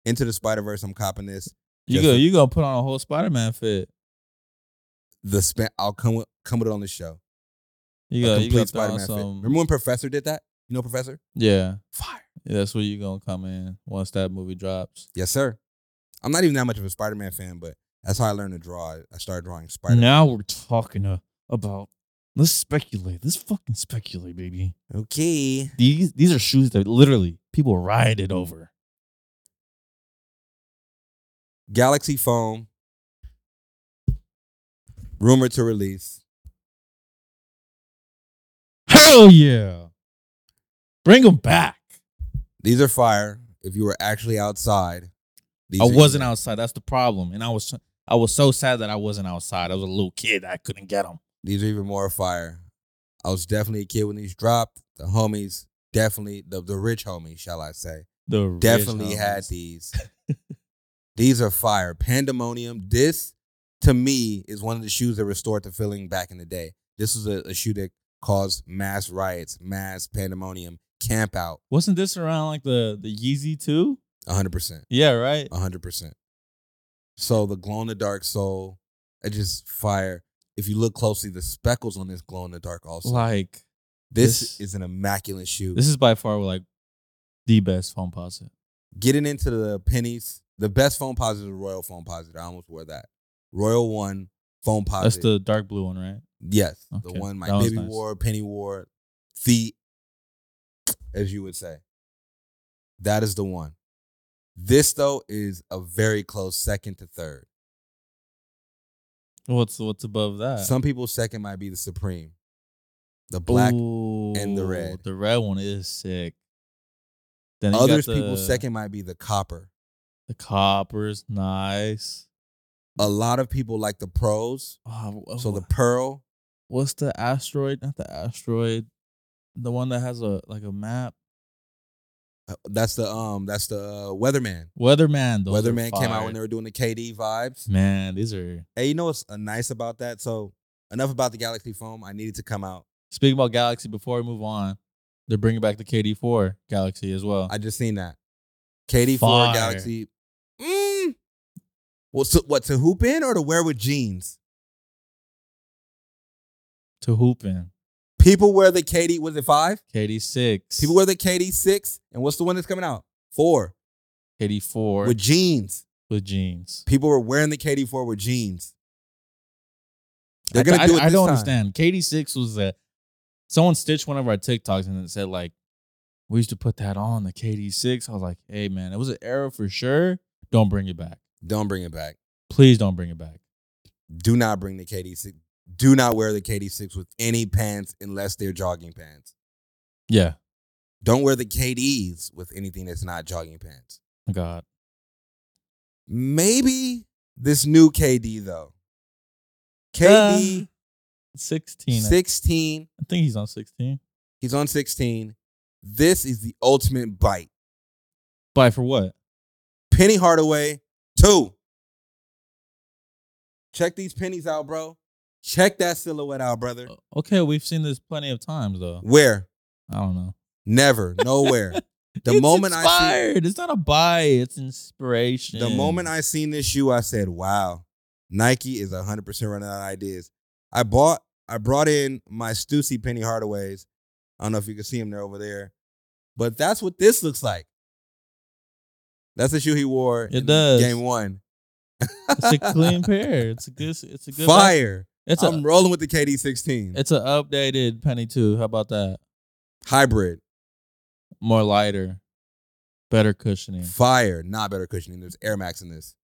Speaker 1: Into the Spider Verse, I'm copping this.
Speaker 2: You
Speaker 1: Just
Speaker 2: go.
Speaker 1: a-
Speaker 2: You gonna put on a whole Spider Man fit.
Speaker 1: The span, I'll come with, come with it on the show.
Speaker 2: You go.
Speaker 1: a
Speaker 2: You gonna
Speaker 1: complete
Speaker 2: throw
Speaker 1: Spider
Speaker 2: on
Speaker 1: Man fit.
Speaker 2: some.
Speaker 1: Remember when Professor did that? You know Professor?
Speaker 2: Yeah.
Speaker 1: Fire.
Speaker 2: Yeah, That's where you gonna come in once that movie drops.
Speaker 1: Yes, sir. I'm not even that much of a Spider Man fan, but that's how I learned to draw. I started drawing Spider. man
Speaker 2: Now we're talking uh, about. Let's speculate. Let's fucking speculate, baby.
Speaker 1: Okay.
Speaker 2: These these are shoes that literally people rioted over.
Speaker 1: Galaxy Foam. Rumored to release.
Speaker 2: Hell yeah! Bring them back.
Speaker 1: These are fire. If you were actually outside, these
Speaker 2: I
Speaker 1: are-
Speaker 2: wasn't outside. That's the problem. And I was I was so sad that I wasn't outside. I was a little kid. I couldn't get them.
Speaker 1: These are even more fire. I was definitely a kid when these dropped. The homies, definitely the the rich homies, shall I say,
Speaker 2: The rich
Speaker 1: definitely
Speaker 2: homies.
Speaker 1: had these. These are fire. Pandemonium. This to me is one of the shoes that restored the feeling back in the day. This was a, a shoe that caused mass riots, mass pandemonium, camp out.
Speaker 2: Wasn't this around like the the Yeezy too?
Speaker 1: 100%.
Speaker 2: Yeah, right.
Speaker 1: 100%. So the glow in the dark soul, it just fire. If you look closely, the speckles on this glow in the dark also.
Speaker 2: Like
Speaker 1: this,
Speaker 2: this-
Speaker 1: is an immaculate shoe.
Speaker 2: this is by far like the best foam posit.
Speaker 1: Getting into the pennies, the best foam positive is Royal Foam Positive. I almost wore that. Royal One Foam Positive.
Speaker 2: That's the dark blue one, right?
Speaker 1: Yes,
Speaker 2: Okay,
Speaker 1: the one my
Speaker 2: that was
Speaker 1: baby
Speaker 2: nice.
Speaker 1: wore, Penny wore, the, as you would say. That is the one. This though is a very close second to third.
Speaker 2: What's what's above that?
Speaker 1: Some people's second might be the Supreme, the black.
Speaker 2: and
Speaker 1: the red.
Speaker 2: The red one is sick. Then you got
Speaker 1: Others
Speaker 2: the-
Speaker 1: people's second might be the copper.
Speaker 2: The copper's nice.
Speaker 1: A lot of people like the pros,
Speaker 2: Oh, wh-
Speaker 1: so the pearl.
Speaker 2: what's the asteroid? Not the asteroid. The one that has a like a map.
Speaker 1: uh, That's the um. That's the uh, Weatherman.
Speaker 2: Weatherman. Those are
Speaker 1: Weatherman came out
Speaker 2: fire. Mm.
Speaker 1: when they were doing the KD vibes.
Speaker 2: Man, these are
Speaker 1: Hey, you know what's uh, nice about that? So enough about the Galaxy Foam. I needed to come out.
Speaker 2: speaking about Galaxy. Before we move on, they're bringing back the KD4 Galaxy as well.
Speaker 1: I just seen that. KD
Speaker 2: Oh. Fire.
Speaker 1: four Galaxy. Mm. Well, so what to hoop in or to wear with jeans?
Speaker 2: to hoop in
Speaker 1: People wear the KD. Was it five?
Speaker 2: KD6,
Speaker 1: People wear the KD six, and what's the one that's coming out? Four
Speaker 2: KD4
Speaker 1: with
Speaker 2: with,
Speaker 1: jeans.
Speaker 2: jeans.
Speaker 1: People were wearing the KD four with jeans.
Speaker 2: I-
Speaker 1: They're gonna
Speaker 2: I,
Speaker 1: do it.
Speaker 2: I
Speaker 1: this
Speaker 2: don't
Speaker 1: time.
Speaker 2: understand. KD6 was a someone stitched one of our TikToks and it said like we used to put that on the KD6. I was like, hey man, it was an error for sure. Don't bring it back.
Speaker 1: Don't bring it back.
Speaker 2: Please don't bring it back.
Speaker 1: Do not bring the KD six. Do not wear the KD six with any pants unless they're jogging pants.
Speaker 2: Yeah.
Speaker 1: Don't wear the KDs with anything that's not jogging pants.
Speaker 2: God.
Speaker 1: Maybe this new KD though. KD
Speaker 2: 16. Uh, I-
Speaker 1: 16.
Speaker 2: I think he's on 16.
Speaker 1: He's on 16. This is the ultimate bite.
Speaker 2: Buy for what?
Speaker 1: Penny Hardaway, two. Check these pennies out, bro. Check that silhouette out, brother.
Speaker 2: Okay, we've seen this plenty of times though.
Speaker 1: Where?
Speaker 2: I don't know.
Speaker 1: Never. Nowhere. The moment I see-
Speaker 2: inspired. It's not a buy. It's inspiration.
Speaker 1: The moment I seen this shoe, I said, "Wow, Nike is 100% running out of ideas." I bought, I brought in my Stussy Penny Hardaways. I don't know if you can see him there over there, but that's what this looks like. That's the shoe he wore.
Speaker 2: It does.
Speaker 1: Game one,
Speaker 2: it's a clean pair. It's a good. It's a good.
Speaker 1: fire.
Speaker 2: It's
Speaker 1: I'm
Speaker 2: a.
Speaker 1: rolling with the KD 16
Speaker 2: It's an updated penny too. How about that?
Speaker 1: hybrid.
Speaker 2: More lighter, better cushioning.
Speaker 1: Fire, not better cushioning. There's Air Max in this.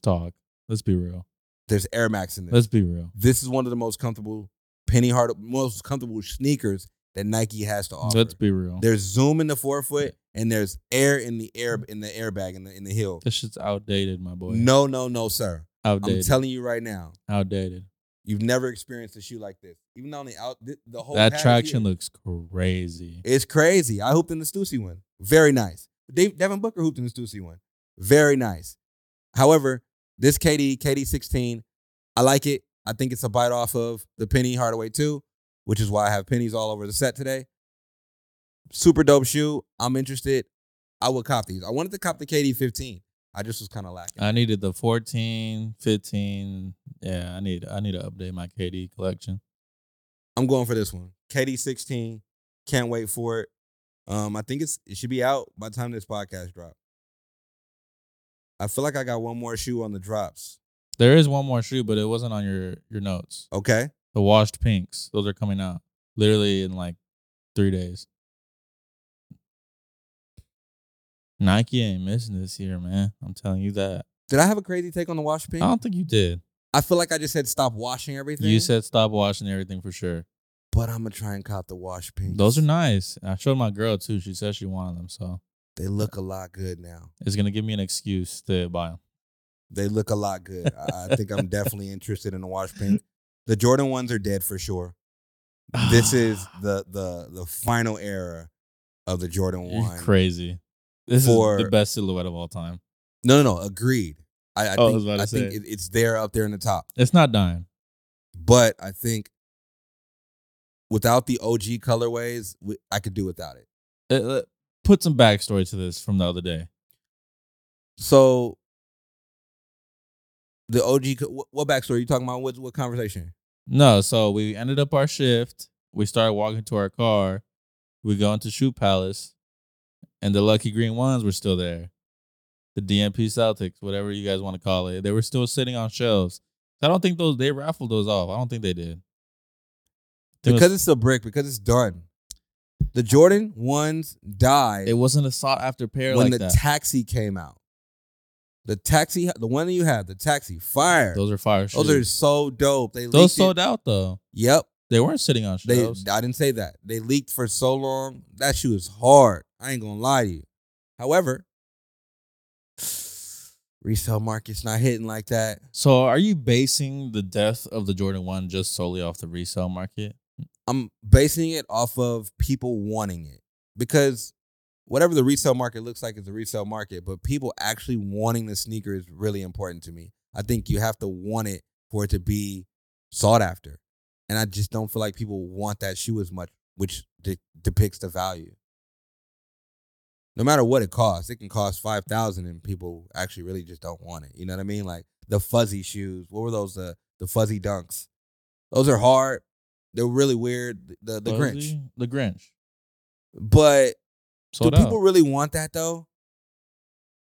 Speaker 2: Talk. Let's be real.
Speaker 1: There's Air Max in this.
Speaker 2: Let's be real.
Speaker 1: this is one of the most comfortable Penny Hard, most comfortable sneakers that Nike has to offer.
Speaker 2: Let's be real.
Speaker 1: There's zoom in the forefoot and there's air in the air in the airbag in the in the heel.
Speaker 2: This shit's outdated, my boy.
Speaker 1: No, no, no, sir. I'm
Speaker 2: outdated.
Speaker 1: telling you right now,
Speaker 2: outdated.
Speaker 1: you've never experienced a shoe like this. Even on the out the, the whole
Speaker 2: That
Speaker 1: pad
Speaker 2: traction
Speaker 1: here.
Speaker 2: looks crazy.
Speaker 1: It's crazy. I hooped in the Stussy one. Very nice. Dave, Devin Booker hooped in the Stussy one. Very nice. However, this KD KD 16, I like it. I think it's a bite off of the Penny Hardaway 2, which is why I have pennies all over the set today. Super dope shoe. I'm interested. I would cop these. I wanted to cop the KD 15. I just was kind of lacking.
Speaker 2: I needed the 14, 15. Yeah, I need I need to update my KD collection.
Speaker 1: I'm going for this one. KD 16. Can't wait for it. Um, I think it's it should be out by the time this podcast drop. I feel like I got one more shoe on the drops.
Speaker 2: There is one more shoe, but it wasn't on your your notes.
Speaker 1: Okay.
Speaker 2: The washed pinks. Those are coming out literally in like three days. Nike ain't missing this year, man. I'm telling you that.
Speaker 1: Did I have a crazy take on the wash
Speaker 2: I
Speaker 1: pink?
Speaker 2: don't think you did.
Speaker 1: I feel like I just said stop washing everything.
Speaker 2: You said stop washing everything for sure.
Speaker 1: but I'm gonna try and cop the wash pink.
Speaker 2: Those are nice. I showed my girl too. She said she wanted them, so
Speaker 1: They look a lot good now.
Speaker 2: it's gonna give me an excuse to buy them.
Speaker 1: They look a lot good. I I think I'm definitely interested in the wash pink. The Jordan ones are dead for sure. This is the the the final era of the Jordan
Speaker 2: You're
Speaker 1: one.
Speaker 2: crazy. This
Speaker 1: For-
Speaker 2: is the best silhouette of all time.
Speaker 1: No, no, no. Agreed. I, I
Speaker 2: Oh, I
Speaker 1: think,
Speaker 2: was about to
Speaker 1: I think
Speaker 2: say.
Speaker 1: it, it's there up there in the top.
Speaker 2: It's not dying.
Speaker 1: But I think without the OG colorways, we, I could do without it.
Speaker 2: Uh, uh, put some backstory to this from the other day.
Speaker 1: So the OG, co- what, what backstory you talking about? What, what conversation?
Speaker 2: No, so we ended up our shift. We started walking to our car. We go into Shoe Palace, and the Lucky Green Ones were still there. The DMP Celtics, whatever you guys want to call it, they were still sitting on shelves. I don't think those they raffled those off. I don't think they did. It,
Speaker 1: Because
Speaker 2: was,
Speaker 1: it's a brick, because it's done. The Jordan ones died
Speaker 2: it wasn't a sought after pair
Speaker 1: when
Speaker 2: like
Speaker 1: the
Speaker 2: that.
Speaker 1: taxi came out. The taxi, the one that you had, the taxi, fire. Those,
Speaker 2: those are fire shoes.
Speaker 1: are so dope. They
Speaker 2: Those
Speaker 1: leaked it.
Speaker 2: sold out though.
Speaker 1: Yep.
Speaker 2: They weren't sitting on
Speaker 1: They,
Speaker 2: shelves.
Speaker 1: I didn't say that. They leaked for so long. That shoe is hard. I ain't gonna lie to you. However, resale market's not hitting like that.
Speaker 2: so are you basing the death of the Jordan One just solely off the resale market?
Speaker 1: I'm basing it off of people wanting it because whatever the resale market looks like is the resale market, but people actually wanting the sneaker is really important to me. I think you have to want it for it to be sought after. And I just don't feel like people want that shoe as much, which de- depicts the value. No matter what it costs, it can cost 5000 and people actually really just don't want it. You know what I mean? Like the fuzzy shoes. What were those? The, the fuzzy dunks. Those are hard. They're really weird. The, the Grinch.
Speaker 2: Fuzzy? The Grinch.
Speaker 1: But
Speaker 2: Sold
Speaker 1: do
Speaker 2: out.
Speaker 1: people really want that though?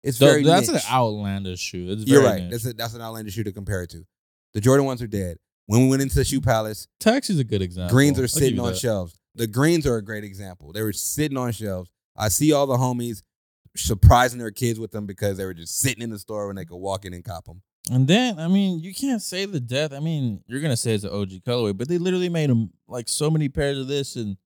Speaker 1: It's
Speaker 2: Though,
Speaker 1: very
Speaker 2: that's
Speaker 1: niche.
Speaker 2: an outlandish shoe. It's very
Speaker 1: You're right.
Speaker 2: niche.
Speaker 1: That's a, that's an outlandish shoe to compare it to. The Jordan ones are dead. When we went into the shoe palace,
Speaker 2: Taxi's a good example.
Speaker 1: greens
Speaker 2: I'll
Speaker 1: are
Speaker 2: give
Speaker 1: sitting
Speaker 2: you
Speaker 1: on
Speaker 2: that.
Speaker 1: shelves. The greens are a great example. They were sitting on shelves. I see all the homies surprising their kids with them because they were just sitting in the store when they could walk in and cop them.
Speaker 2: And then I mean, you can't say the death. I mean, you're gonna say it's an OG colorway, but they literally made them like so many pairs of this, and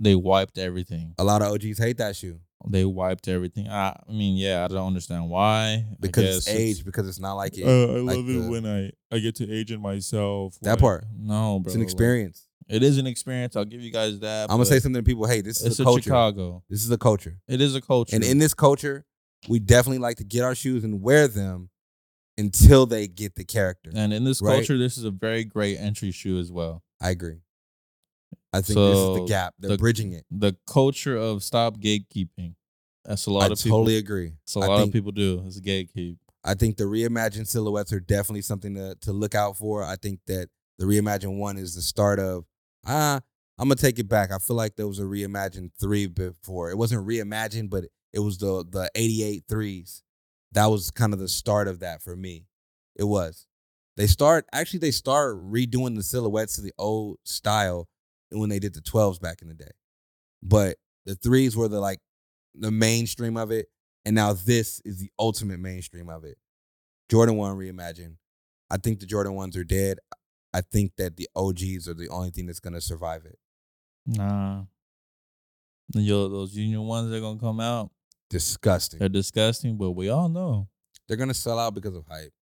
Speaker 2: they wiped everything.
Speaker 1: A lot of OGs hate that shoe
Speaker 2: They wiped everything. I, I mean, yeah, I don't understand why. I
Speaker 1: because it's
Speaker 2: guess
Speaker 1: age, because it's not like it.
Speaker 2: Uh, I
Speaker 1: like the-
Speaker 2: I I get to age in myself.
Speaker 1: That
Speaker 2: Like,
Speaker 1: part.
Speaker 2: No, bro.
Speaker 1: it's an
Speaker 2: like,
Speaker 1: experience.
Speaker 2: it is an experience. I'll give you guys that.
Speaker 1: I'm gonna
Speaker 2: but
Speaker 1: say something that people hate. This is
Speaker 2: It's
Speaker 1: a
Speaker 2: a
Speaker 1: culture.
Speaker 2: Chicago.
Speaker 1: This is a culture.
Speaker 2: It is a culture.
Speaker 1: And in this culture, we definitely like to get our shoes and wear them until they get the character.
Speaker 2: and in this
Speaker 1: Right.
Speaker 2: culture, this is a very great entry shoe as well.
Speaker 1: I agree. I think this is the
Speaker 2: So,
Speaker 1: gap. They're
Speaker 2: the-
Speaker 1: bridging it.
Speaker 2: the culture of stop gatekeeping. That's a lot
Speaker 1: I
Speaker 2: of people.
Speaker 1: totally agree.
Speaker 2: That's a
Speaker 1: I
Speaker 2: lot
Speaker 1: think,
Speaker 2: of people do. It's gatekeep.
Speaker 1: I think the reimagined silhouettes are definitely something to, to look out for. I think that the reimagined one is the start of, ah, I'm going to take it back. I feel like there was a reimagined three before. It wasn't reimagined, but it was the, the 88 threes. That was kind of the start of that for me. It was. They start, actually, they start redoing the silhouettes to the old style when they did the 12s back in the day. But the threes were the like the mainstream of it. And now this is the ultimate mainstream of it. Jordan 1 reimagined. I think the Jordan 1s are dead. I think that the OGs are the only thing that's going to survive it.
Speaker 2: Nah. Yo, those union ones that are gonna come out,
Speaker 1: Disgusting.
Speaker 2: they're disgusting, but we all know
Speaker 1: They're going to sell out because of hype.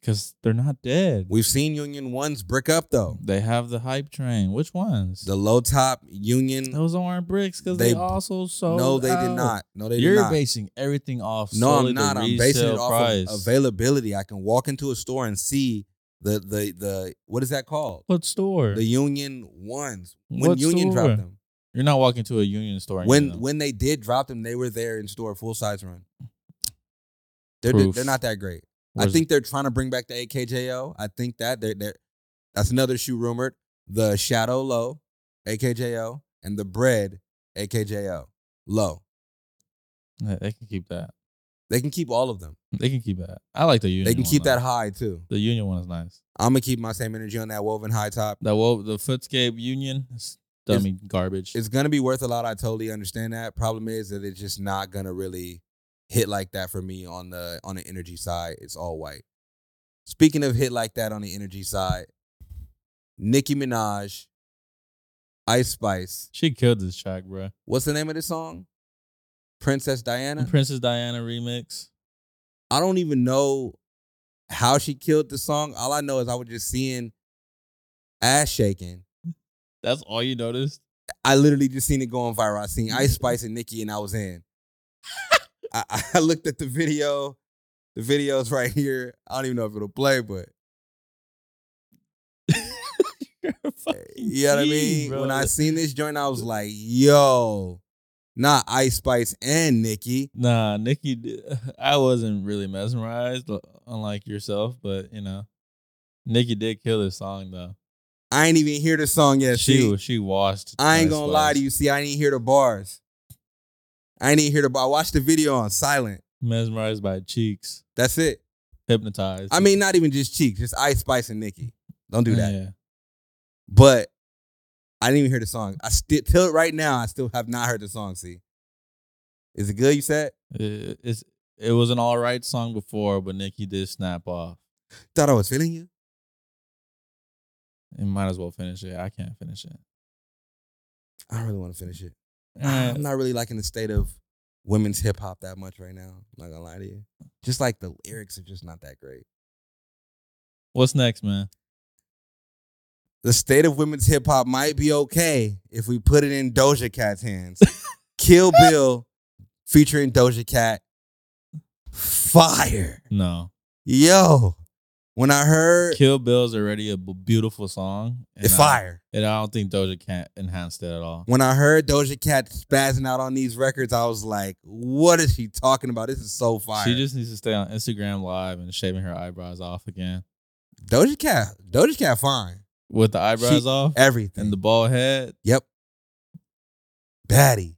Speaker 2: because they're not dead.
Speaker 1: We've seen Union 1s brick up though.
Speaker 2: They have the hype train. Which ones?
Speaker 1: The low top Union.
Speaker 2: Those aren't bricks because they,
Speaker 1: They-
Speaker 2: also sold.
Speaker 1: No, they did
Speaker 2: out.
Speaker 1: not. No, they did
Speaker 2: You're
Speaker 1: not.
Speaker 2: basing everything off.
Speaker 1: No,
Speaker 2: solely
Speaker 1: I'm
Speaker 2: the
Speaker 1: not. I'm basing it
Speaker 2: resale
Speaker 1: off
Speaker 2: price.
Speaker 1: of availability. I can walk into a store and see the the the what is that called?
Speaker 2: What store?
Speaker 1: The Union ones. When
Speaker 2: What
Speaker 1: Union
Speaker 2: store?
Speaker 1: dropped them.
Speaker 2: You're not walking to a union store. and
Speaker 1: when
Speaker 2: getting them.
Speaker 1: when they did drop them, they were there in store full size run. They're
Speaker 2: Proof.
Speaker 1: they're not that great. I
Speaker 2: Where's-
Speaker 1: think they're trying to bring back the AKJO. I think that they're, they're that's another shoe rumored. The Shadow Low, AKJO, and the Bread, AKJO, Low.
Speaker 2: Yeah, they can keep that.
Speaker 1: They can keep all of them.
Speaker 2: They can keep that. I like the union.
Speaker 1: they can
Speaker 2: one,
Speaker 1: keep
Speaker 2: though.
Speaker 1: that high too.
Speaker 2: The union one is nice.
Speaker 1: I'm gonna keep my same energy on that woven high top.
Speaker 2: That well, the Footscape Union
Speaker 1: It's-
Speaker 2: is dummy garbage.
Speaker 1: It's gonna be worth a lot. I totally understand that. Problem is that it's just not gonna really hit like that for me on the on the energy side. It's all white. Speaking of hit like that on the energy side, Nicki Minaj, Ice Spice.
Speaker 2: she killed this track, bro.
Speaker 1: What's the name of this song? Princess Diana.
Speaker 2: Princess Diana remix.
Speaker 1: I don't even know how she killed the song. All I know is I was just seeing ass shaking.
Speaker 2: That's all you noticed. Mm-hmm.
Speaker 1: I literally just seen it going viral. I seen Ice Spice and Nicki, and I was in. I, I looked at the video. The video's right here. I don't even know if it'll play, but
Speaker 2: You're a fucking
Speaker 1: eh, you know what I
Speaker 2: G,
Speaker 1: mean?
Speaker 2: bro.
Speaker 1: When I seen this joint, I was like, yo, not Ice Spice and Nicki.
Speaker 2: Nah, Nikki, d- I wasn't really mesmerized, l- unlike yourself, but you know, Nikki did kill this song though.
Speaker 1: I ain't even hear the song yet.
Speaker 2: she
Speaker 1: see?
Speaker 2: was- she washed.
Speaker 1: I ain't
Speaker 2: Ice
Speaker 1: gonna lie
Speaker 2: Spice.
Speaker 1: to you. See, I didn't hear the bars. I didn't hear the bar. I watched the video on silent.
Speaker 2: Mesmerized by cheeks,
Speaker 1: That's it.
Speaker 2: hypnotized.
Speaker 1: I mean, not even just cheeks, just Ice Spice and Nicki. Don't do that.
Speaker 2: Yeah.
Speaker 1: But I didn't even hear the song. I still till right now, I still have not heard the song. See, is it good? You said
Speaker 2: It, it's it was an all right song before, but Nikki did snap off.
Speaker 1: thought I was feeling you.
Speaker 2: And might as well finish it. I can't finish it.
Speaker 1: I don't really want to finish it.
Speaker 2: Eh,
Speaker 1: I'm not really liking the state of women's hip hop that much right now. I'm not gonna lie to you. Just like the lyrics are just not that great.
Speaker 2: What's next, man?
Speaker 1: The state of women's hip hop might be okay if we put it in Doja Cat's hands. Kill Bill featuring Doja Cat. Fire.
Speaker 2: No,
Speaker 1: Yo. When I heard
Speaker 2: Kill Bill's already a b- beautiful song. and
Speaker 1: it
Speaker 2: I-
Speaker 1: fire.
Speaker 2: and I don't think Doja Cat enhanced it at all.
Speaker 1: When I heard Doja Cat spazzing out on these records, I was like, what is she talking about? This is so fire.
Speaker 2: She just needs to stay on Instagram Live and shaving her eyebrows off again.
Speaker 1: Doja Cat, Doja Cat fine.
Speaker 2: With the eyebrows
Speaker 1: She-
Speaker 2: off
Speaker 1: Everything.
Speaker 2: and the bald head.
Speaker 1: Yep. Batty.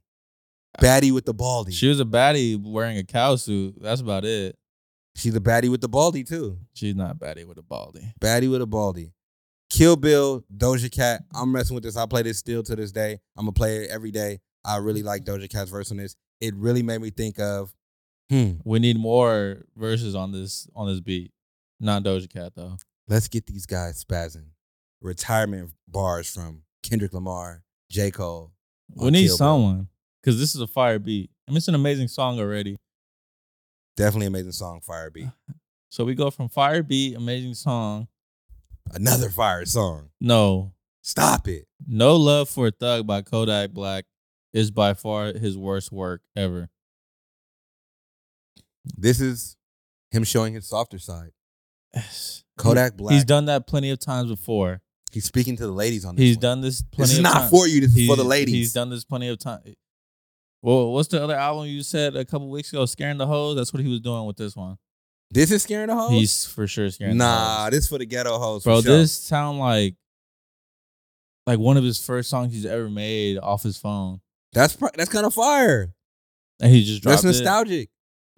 Speaker 1: Batty with the baldy.
Speaker 2: She was a baddie wearing a cow suit. That's about it.
Speaker 1: She's a baddie with the baldy too.
Speaker 2: She's not baddie with a baldy.
Speaker 1: Baddie with a baldy. Kill Bill, Doja Cat. I'm messing with this. I play this still to this day. I'm gonna play it every day. I really like Doja Cat's verse on this. It really made me think of, hmm,
Speaker 2: We need more verses on this on this beat. Not Doja Cat though.
Speaker 1: let's get these guys spazzing. Retirement bars from Kendrick Lamar, J. Cole.
Speaker 2: We
Speaker 1: on
Speaker 2: need
Speaker 1: Kill Bill.
Speaker 2: someone because this is a fire beat. I mean, it's an amazing song already.
Speaker 1: Definitely amazing song, Fire Beat.
Speaker 2: Uh. So we go from fire beat, amazing song.
Speaker 1: Another fire song.
Speaker 2: No,
Speaker 1: Stop it.
Speaker 2: no love for a thug by Kodak Black is by far his worst work ever.
Speaker 1: This is him showing his softer side. Kodak Black.
Speaker 2: He's done that plenty of times before.
Speaker 1: He's speaking to the ladies on this.
Speaker 2: He's
Speaker 1: one.
Speaker 2: done this plenty
Speaker 1: This is
Speaker 2: of
Speaker 1: not
Speaker 2: times.
Speaker 1: for you. This is for the
Speaker 2: He's-
Speaker 1: ladies.
Speaker 2: He's done this plenty of times. Well, what's the other album you said a couple weeks ago? Scaring the hoes. That's what he was doing with this one.
Speaker 1: This is scaring the hoes.
Speaker 2: He's for sure scaring.
Speaker 1: nah,
Speaker 2: the hoes.
Speaker 1: this for the ghetto hoes.
Speaker 2: bro,
Speaker 1: for sure.
Speaker 2: this sound like like one of his first songs he's ever made off his phone,
Speaker 1: that's pro- that's kind of fire.
Speaker 2: and he just dropped
Speaker 1: That's
Speaker 2: it.
Speaker 1: nostalgic.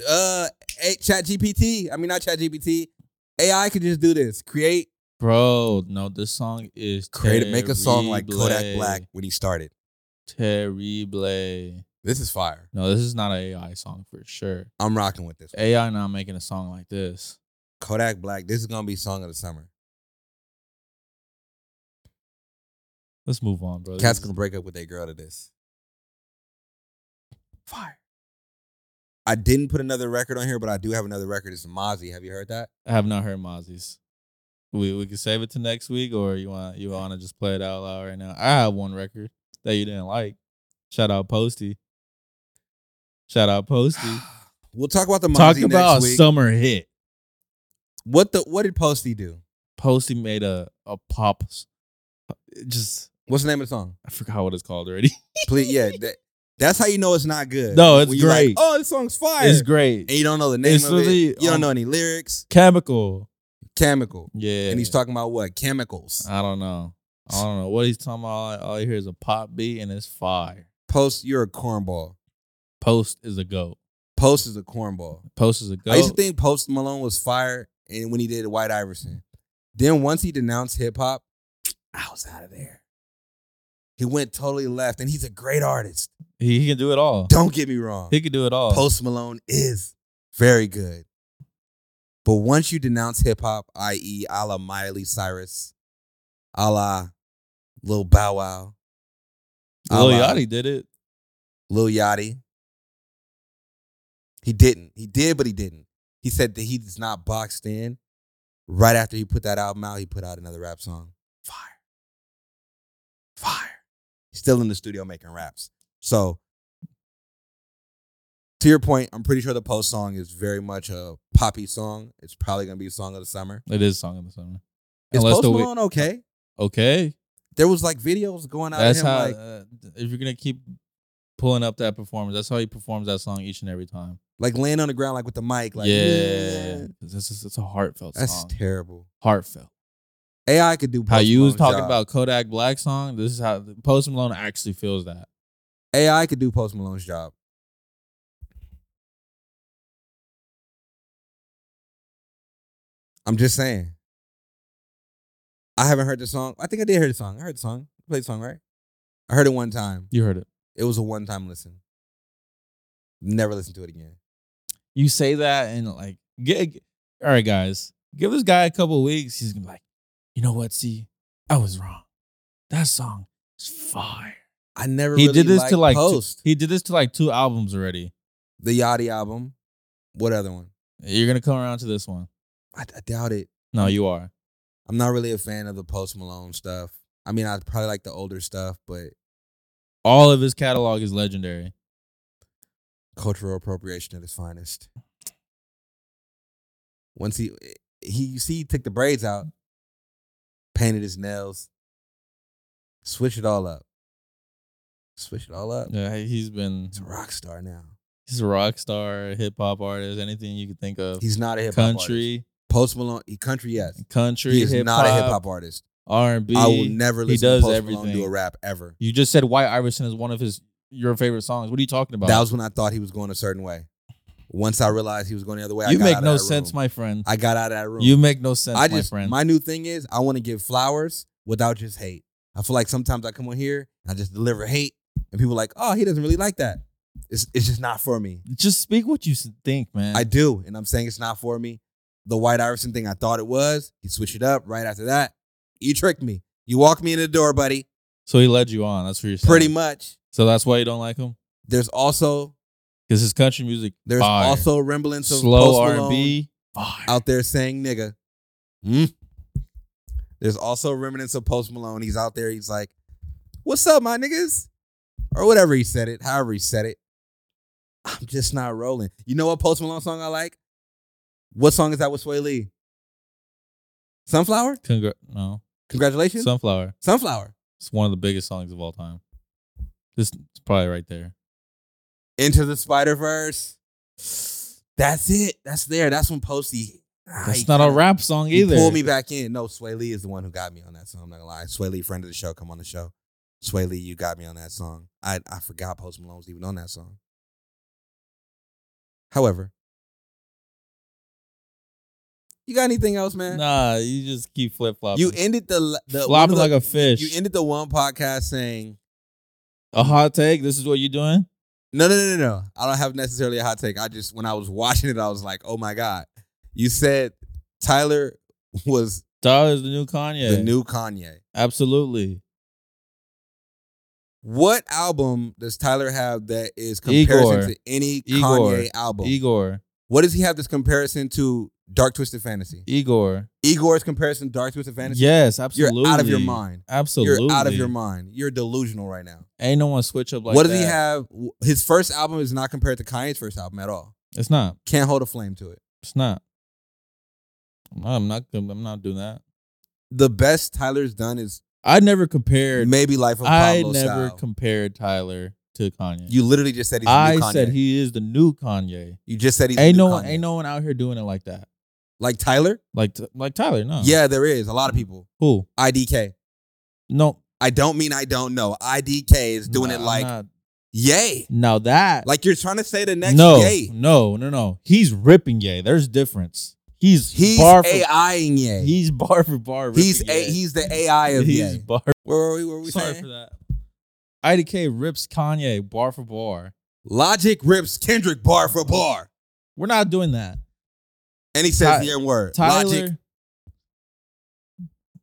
Speaker 1: Uh, a- Chat GPT. I mean, not Chat GPT. AI could just do this. Create,
Speaker 2: Bro, no, this song is
Speaker 1: create, make a song like Kodak
Speaker 2: terrible.
Speaker 1: Black when he started.
Speaker 2: Terrible.
Speaker 1: This is fire.
Speaker 2: No, this is not an AI song for sure.
Speaker 1: I'm rocking with this.
Speaker 2: AI not making a song like this.
Speaker 1: Kodak Black. This is gonna be song of the summer.
Speaker 2: Let's move on, bro. This
Speaker 1: Cats
Speaker 2: is-
Speaker 1: gonna break up with their girl to this. Fire. I didn't put another record on here, but I do have another record. It's Mozzie. Have you heard that?
Speaker 2: I have not heard Mozzie's. We we can save it to next week, or you want you want to just play it out loud right now. I have one record that you didn't like. Shout out Posty. Shout out Posty.
Speaker 1: We'll talk about the Mozzie
Speaker 2: Talk
Speaker 1: next
Speaker 2: about a
Speaker 1: week.
Speaker 2: summer hit.
Speaker 1: what the what did Posty do?
Speaker 2: Posty made a a pop. s- it Just
Speaker 1: What's the name of the song?
Speaker 2: I forgot what it's called already.
Speaker 1: Please, yeah, that, that's how you know it's not good.
Speaker 2: No, it's
Speaker 1: When you like,
Speaker 2: great.
Speaker 1: oh, this song's fire.
Speaker 2: it's
Speaker 1: And
Speaker 2: great.
Speaker 1: you don't know the name
Speaker 2: It's
Speaker 1: of it.
Speaker 2: really,
Speaker 1: You don't
Speaker 2: um,
Speaker 1: know any lyrics.
Speaker 2: Chemical.
Speaker 1: Chemical.
Speaker 2: Yeah.
Speaker 1: And he's talking about what chemicals.
Speaker 2: I don't know. I don't know what he's talking about. All I, all I hear is a pop beat and it's fire.
Speaker 1: Post, you're a cornball.
Speaker 2: Post is a goat.
Speaker 1: Post is a cornball.
Speaker 2: Post is a goat.
Speaker 1: I used to think Post Malone was fire, and when he did White Iverson, then once he denounced hip hop, I was out of there. He went totally left, and he's a great artist.
Speaker 2: he, he can do it all.
Speaker 1: Don't get me wrong.
Speaker 2: He could do it all.
Speaker 1: Post Malone is very good. But once you denounce hip hop, i.e., a la Miley Cyrus, a la Lil Bow Wow,
Speaker 2: Lil
Speaker 1: a la
Speaker 2: Yachty did it.
Speaker 1: Lil Yachty, he didn't. He did, but he didn't. He said that he's not boxed in. Right after he put that album out, he put out another rap song. Fire. Fire. He's still in the studio making raps. So to your point, I'm pretty sure the post song is very much a poppy song. It's probably gonna be song of the summer.
Speaker 2: It is song of the summer.
Speaker 1: Is
Speaker 2: Unless
Speaker 1: Post
Speaker 2: the we-
Speaker 1: Malone okay?
Speaker 2: Okay,
Speaker 1: There was like videos going out
Speaker 2: that's
Speaker 1: of him
Speaker 2: how.
Speaker 1: like
Speaker 2: uh, if you're gonna keep pulling up that performance, that's how he performs that song each and every time.
Speaker 1: like laying on the ground like with the mic like
Speaker 2: yeah, 'Cause this is it's a heartfelt
Speaker 1: That's
Speaker 2: song.
Speaker 1: terrible.
Speaker 2: heartfelt.
Speaker 1: AI could do
Speaker 2: How
Speaker 1: Post
Speaker 2: you
Speaker 1: Malone's
Speaker 2: was talking
Speaker 1: job.
Speaker 2: about Kodak Black song? This is how Post Malone actually feels that.
Speaker 1: AI could do Post Malone's job. I'm just saying. I haven't heard the song. I think I did hear the song. I heard the song. You played the song, right? I heard it one time.
Speaker 2: You heard it.
Speaker 1: It was a one time listen. Never listened to it again.
Speaker 2: You say that and like, get, all right, guys, give this guy a couple weeks. He's gonna be like, you know what? See, I was wrong. That song is fire.
Speaker 1: I never
Speaker 2: He
Speaker 1: really
Speaker 2: did this to
Speaker 1: liked
Speaker 2: like two,
Speaker 1: Post.
Speaker 2: he did this to like two albums already.
Speaker 1: the Yachty album. What other one?
Speaker 2: You're gonna come around to this one.
Speaker 1: I, I doubt it.
Speaker 2: No, you are.
Speaker 1: I'm not really a fan of the Post Malone stuff. I mean, I probably like the older stuff, but
Speaker 2: All of his catalog is legendary.
Speaker 1: cultural appropriation at its finest. Once he he you see he took the braids out, painted his nails, switch it all up. Switch it all up.
Speaker 2: Yeah, he's been
Speaker 1: He's a rock star now.
Speaker 2: he's a rock star, hip hop artist, anything you could think of.
Speaker 1: He's not a hip hop artist.
Speaker 2: country,
Speaker 1: Post Malone, he country yes.
Speaker 2: country,
Speaker 1: He is
Speaker 2: hip
Speaker 1: not a hip
Speaker 2: hop,
Speaker 1: hop artist.
Speaker 2: R and B.
Speaker 1: I will never
Speaker 2: he
Speaker 1: listen
Speaker 2: does
Speaker 1: to Post Malone
Speaker 2: everything.
Speaker 1: do a rap ever.
Speaker 2: You just said White Iverson is one of his your favorite songs. What are you talking about?
Speaker 1: That was when I thought he was going a certain way. Once I realized he was going the other way, I
Speaker 2: you
Speaker 1: got
Speaker 2: make
Speaker 1: out of
Speaker 2: no
Speaker 1: that
Speaker 2: sense,
Speaker 1: room.
Speaker 2: my friend.
Speaker 1: I got out of that room.
Speaker 2: You make no sense,
Speaker 1: I
Speaker 2: my
Speaker 1: just
Speaker 2: friend.
Speaker 1: new thing is I want to give flowers without just hate. I feel like sometimes I come on here and I just deliver hate, and people are like, oh, he doesn't really like that. It's it's just not for me.
Speaker 2: just speak what you s- think, man.
Speaker 1: I do, and I'm saying it's not for me. The White Iverson thing, I thought it was. He switched it up right after that. You tricked me. You walked me in the door, buddy.
Speaker 2: so he led you on. That's what you're saying.
Speaker 1: Pretty much.
Speaker 2: So that's why you don't like him
Speaker 1: There's also
Speaker 2: because his country music
Speaker 1: there's
Speaker 2: fire.
Speaker 1: also remembrance of
Speaker 2: slow
Speaker 1: Post
Speaker 2: R
Speaker 1: Malone
Speaker 2: and B. Fire.
Speaker 1: out there saying nigga. Hmm? There's also remnants of Post Malone. He's out there. He's like, "What's up, my niggas?" or whatever he said it. However he said it. I'm just not rolling. You know what Post Malone song I like? What song is that with Sway Lee? Sunflower.
Speaker 2: Congra- no,
Speaker 1: Congratulations,
Speaker 2: Sunflower.
Speaker 1: Sunflower.
Speaker 2: It's one of the biggest songs of all time. This is probably right there.
Speaker 1: Into the Spider Verse. That's it. That's there. That's when Posty. Ah,
Speaker 2: That's
Speaker 1: he
Speaker 2: not a
Speaker 1: kinda-
Speaker 2: rap song
Speaker 1: He
Speaker 2: either.
Speaker 1: pulled me back in. No, Sway Lee is the one who got me on that song. I'm not gonna lie. Sway Lee, friend of the show, come on the show. Sway Lee, you got me on that song. I I forgot Post Malone was even on that song. However, you got anything else, man?
Speaker 2: Nah, you just keep flip flopping.
Speaker 1: You ended the la- the one
Speaker 2: flopping
Speaker 1: of the-
Speaker 2: like a fish.
Speaker 1: you ended the one podcast saying
Speaker 2: a hot take. This is what you're doing.
Speaker 1: no no no no no. I don't have necessarily a hot take. I just when I was watching it, I was like, oh my god. You said Tyler was
Speaker 2: Tyler's the new Kanye.
Speaker 1: the new Kanye.
Speaker 2: Absolutely.
Speaker 1: What album does Tyler have that is comparison
Speaker 2: Igor.
Speaker 1: to any
Speaker 2: Igor.
Speaker 1: Kanye album?
Speaker 2: Igor.
Speaker 1: What does he have this comparison to Dark Twisted Fantasy?
Speaker 2: Igor.
Speaker 1: Igor's comparison to Dark Twisted Fantasy?
Speaker 2: Yes,
Speaker 1: You're
Speaker 2: absolutely.
Speaker 1: out of your mind.
Speaker 2: Absolutely.
Speaker 1: You're out of your mind. You're delusional right now.
Speaker 2: Ain't no one switch up like
Speaker 1: what does he
Speaker 2: that.
Speaker 1: have? His first album is not compared to Kanye's first album at all.
Speaker 2: It's not.
Speaker 1: Can't hold a flame to it.
Speaker 2: It's not. I'm not. I'm not, I'm not doing that.
Speaker 1: The best Tyler's done is
Speaker 2: I never compared.
Speaker 1: maybe Life of
Speaker 2: I
Speaker 1: Pablo
Speaker 2: never
Speaker 1: style.
Speaker 2: compared Tyler to Kanye.
Speaker 1: you literally just said he's the
Speaker 2: I
Speaker 1: new Kanye.
Speaker 2: said he is the new Kanye.
Speaker 1: you just said he's
Speaker 2: Ain't
Speaker 1: the new
Speaker 2: no one,
Speaker 1: Kanye.
Speaker 2: ain't no one out here doing it like that.
Speaker 1: like Tyler.
Speaker 2: Like like Tyler, no.
Speaker 1: Yeah, there is a lot of people.
Speaker 2: Who?
Speaker 1: IDK.
Speaker 2: No.
Speaker 1: I don't mean I don't know. IDK is doing
Speaker 2: Nah,
Speaker 1: it
Speaker 2: I'm
Speaker 1: like
Speaker 2: not-
Speaker 1: yay.
Speaker 2: now that
Speaker 1: Like you're trying to say the next
Speaker 2: no,
Speaker 1: yay.
Speaker 2: No, no, no. He's ripping yay. There's difference. He's
Speaker 1: He's
Speaker 2: bar for,
Speaker 1: AIing yay.
Speaker 2: He's bar for bar. ripping
Speaker 1: he's a,
Speaker 2: yay.
Speaker 1: he's the AI of
Speaker 2: he's
Speaker 1: yay.
Speaker 2: bar.
Speaker 1: Where were we? Where were we
Speaker 2: Sorry
Speaker 1: saying?
Speaker 2: for that. IDK rips Kanye bar for bar.
Speaker 1: Logic rips Kendrick bar for bar,
Speaker 2: We're not doing that.
Speaker 1: and he says
Speaker 2: Ty-
Speaker 1: the N word.
Speaker 2: Tyler.
Speaker 1: Logic.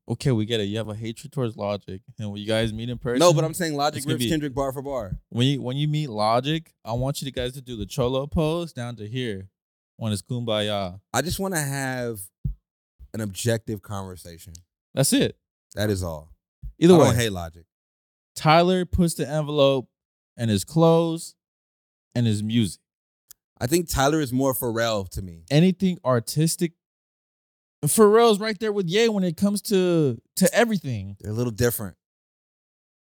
Speaker 2: Okay, we get it. You have a hatred towards Logic, and when you guys meet in person,
Speaker 1: No, but I'm saying Logic
Speaker 2: It's gonna
Speaker 1: rips
Speaker 2: be-
Speaker 1: Kendrick bar for bar.
Speaker 2: when you when you meet Logic, I want you guys to do the cholo pose down to here on his kumbaya.
Speaker 1: I just want to have an objective conversation.
Speaker 2: That's it.
Speaker 1: That is all.
Speaker 2: Either
Speaker 1: I
Speaker 2: way,
Speaker 1: don't hate Logic.
Speaker 2: Tyler puts the envelope and his clothes and his music.
Speaker 1: I think Tyler is more Pharrell to me.
Speaker 2: Anything artistic. Pharrell's right there with Ye when it comes to to everything.
Speaker 1: They're a little different.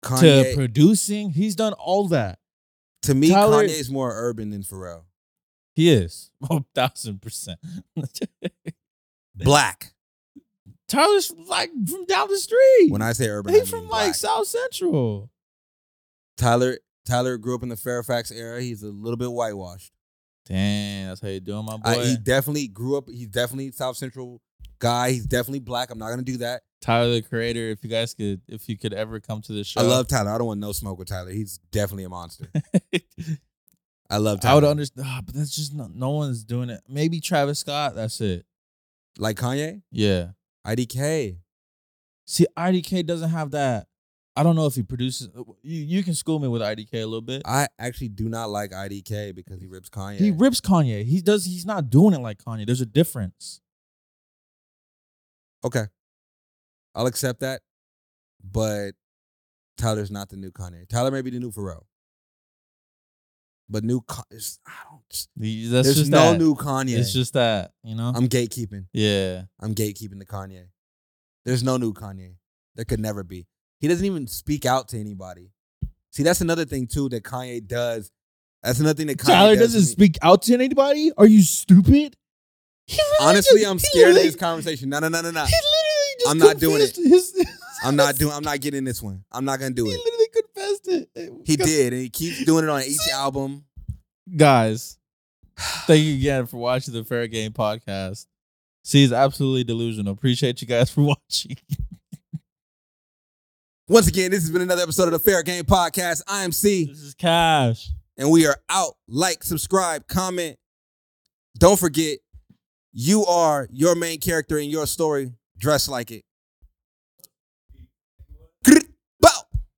Speaker 2: To
Speaker 1: Kanye to,
Speaker 2: producing, he's done all that.
Speaker 1: me,
Speaker 2: Tyler-
Speaker 1: Kanye's more urban than Pharrell.
Speaker 2: He is. Oh, thousand percent.
Speaker 1: Black.
Speaker 2: Tyler's like from down the street.
Speaker 1: When I say urban,
Speaker 2: he's
Speaker 1: I
Speaker 2: from
Speaker 1: mean
Speaker 2: like
Speaker 1: black.
Speaker 2: South Central.
Speaker 1: Tyler. Tyler grew up in the Fairfax era. He's a little bit whitewashed.
Speaker 2: Damn, that's how you doing, my boy.
Speaker 1: I, he definitely grew up. He's definitely South Central guy. He's definitely black. I'm not gonna do that.
Speaker 2: Tyler the Creator. If you guys could, if you could ever come to the show,
Speaker 1: I love Tyler. I don't want no smoke with Tyler. He's definitely a monster. I love Tyler.
Speaker 2: I would understand, but that's just not, no one's doing it. Maybe Travis Scott. That's it.
Speaker 1: like Kanye,
Speaker 2: Yeah.
Speaker 1: IDK.
Speaker 2: See, IDK doesn't have that. I don't know if he produces. uh, You, you can school me with IDK a little bit.
Speaker 1: I actually do not like IDK because he rips Kanye.
Speaker 2: He rips Kanye. He does. He's not doing it like Kanye. There's a difference.
Speaker 1: okay, I'll accept that, but Tyler's not the new Kanye. Tyler may be the new Pharrell, but new Ka- it's- I don't.
Speaker 2: He- That's
Speaker 1: there's
Speaker 2: just
Speaker 1: no
Speaker 2: that.
Speaker 1: new Kanye.
Speaker 2: It's just that you know.
Speaker 1: I'm gatekeeping.
Speaker 2: yeah.
Speaker 1: I'm gatekeeping the Kanye. There's no new Kanye. There could never be. He doesn't even speak out to anybody. See, that's another thing too that Kanye does. That's another thing that Kanye
Speaker 2: Tyler
Speaker 1: does to
Speaker 2: doesn't
Speaker 1: me.
Speaker 2: speak out to anybody. Are you stupid? He literally
Speaker 1: Honestly,
Speaker 2: just-
Speaker 1: I'm
Speaker 2: he
Speaker 1: scared of
Speaker 2: literally-
Speaker 1: this conversation. No, no, no, no, no.
Speaker 2: He literally just
Speaker 1: I'm not doing it.
Speaker 2: confessed his-
Speaker 1: I'm not doing. I'm not getting this one. I'm not gonna do
Speaker 2: he
Speaker 1: it.
Speaker 2: literally confessed it.
Speaker 1: He did, and he keeps doing it on each album.
Speaker 2: Guys, thank you again for watching the Fair Game podcast. See, it's absolutely delusional. Appreciate you guys for watching.
Speaker 1: Once again, this has been another episode of the Fair Game Podcast. I am C,
Speaker 2: This is Cash.
Speaker 1: and we are out. Like, subscribe, comment. Don't forget, you are your main character in your story. Dress like it.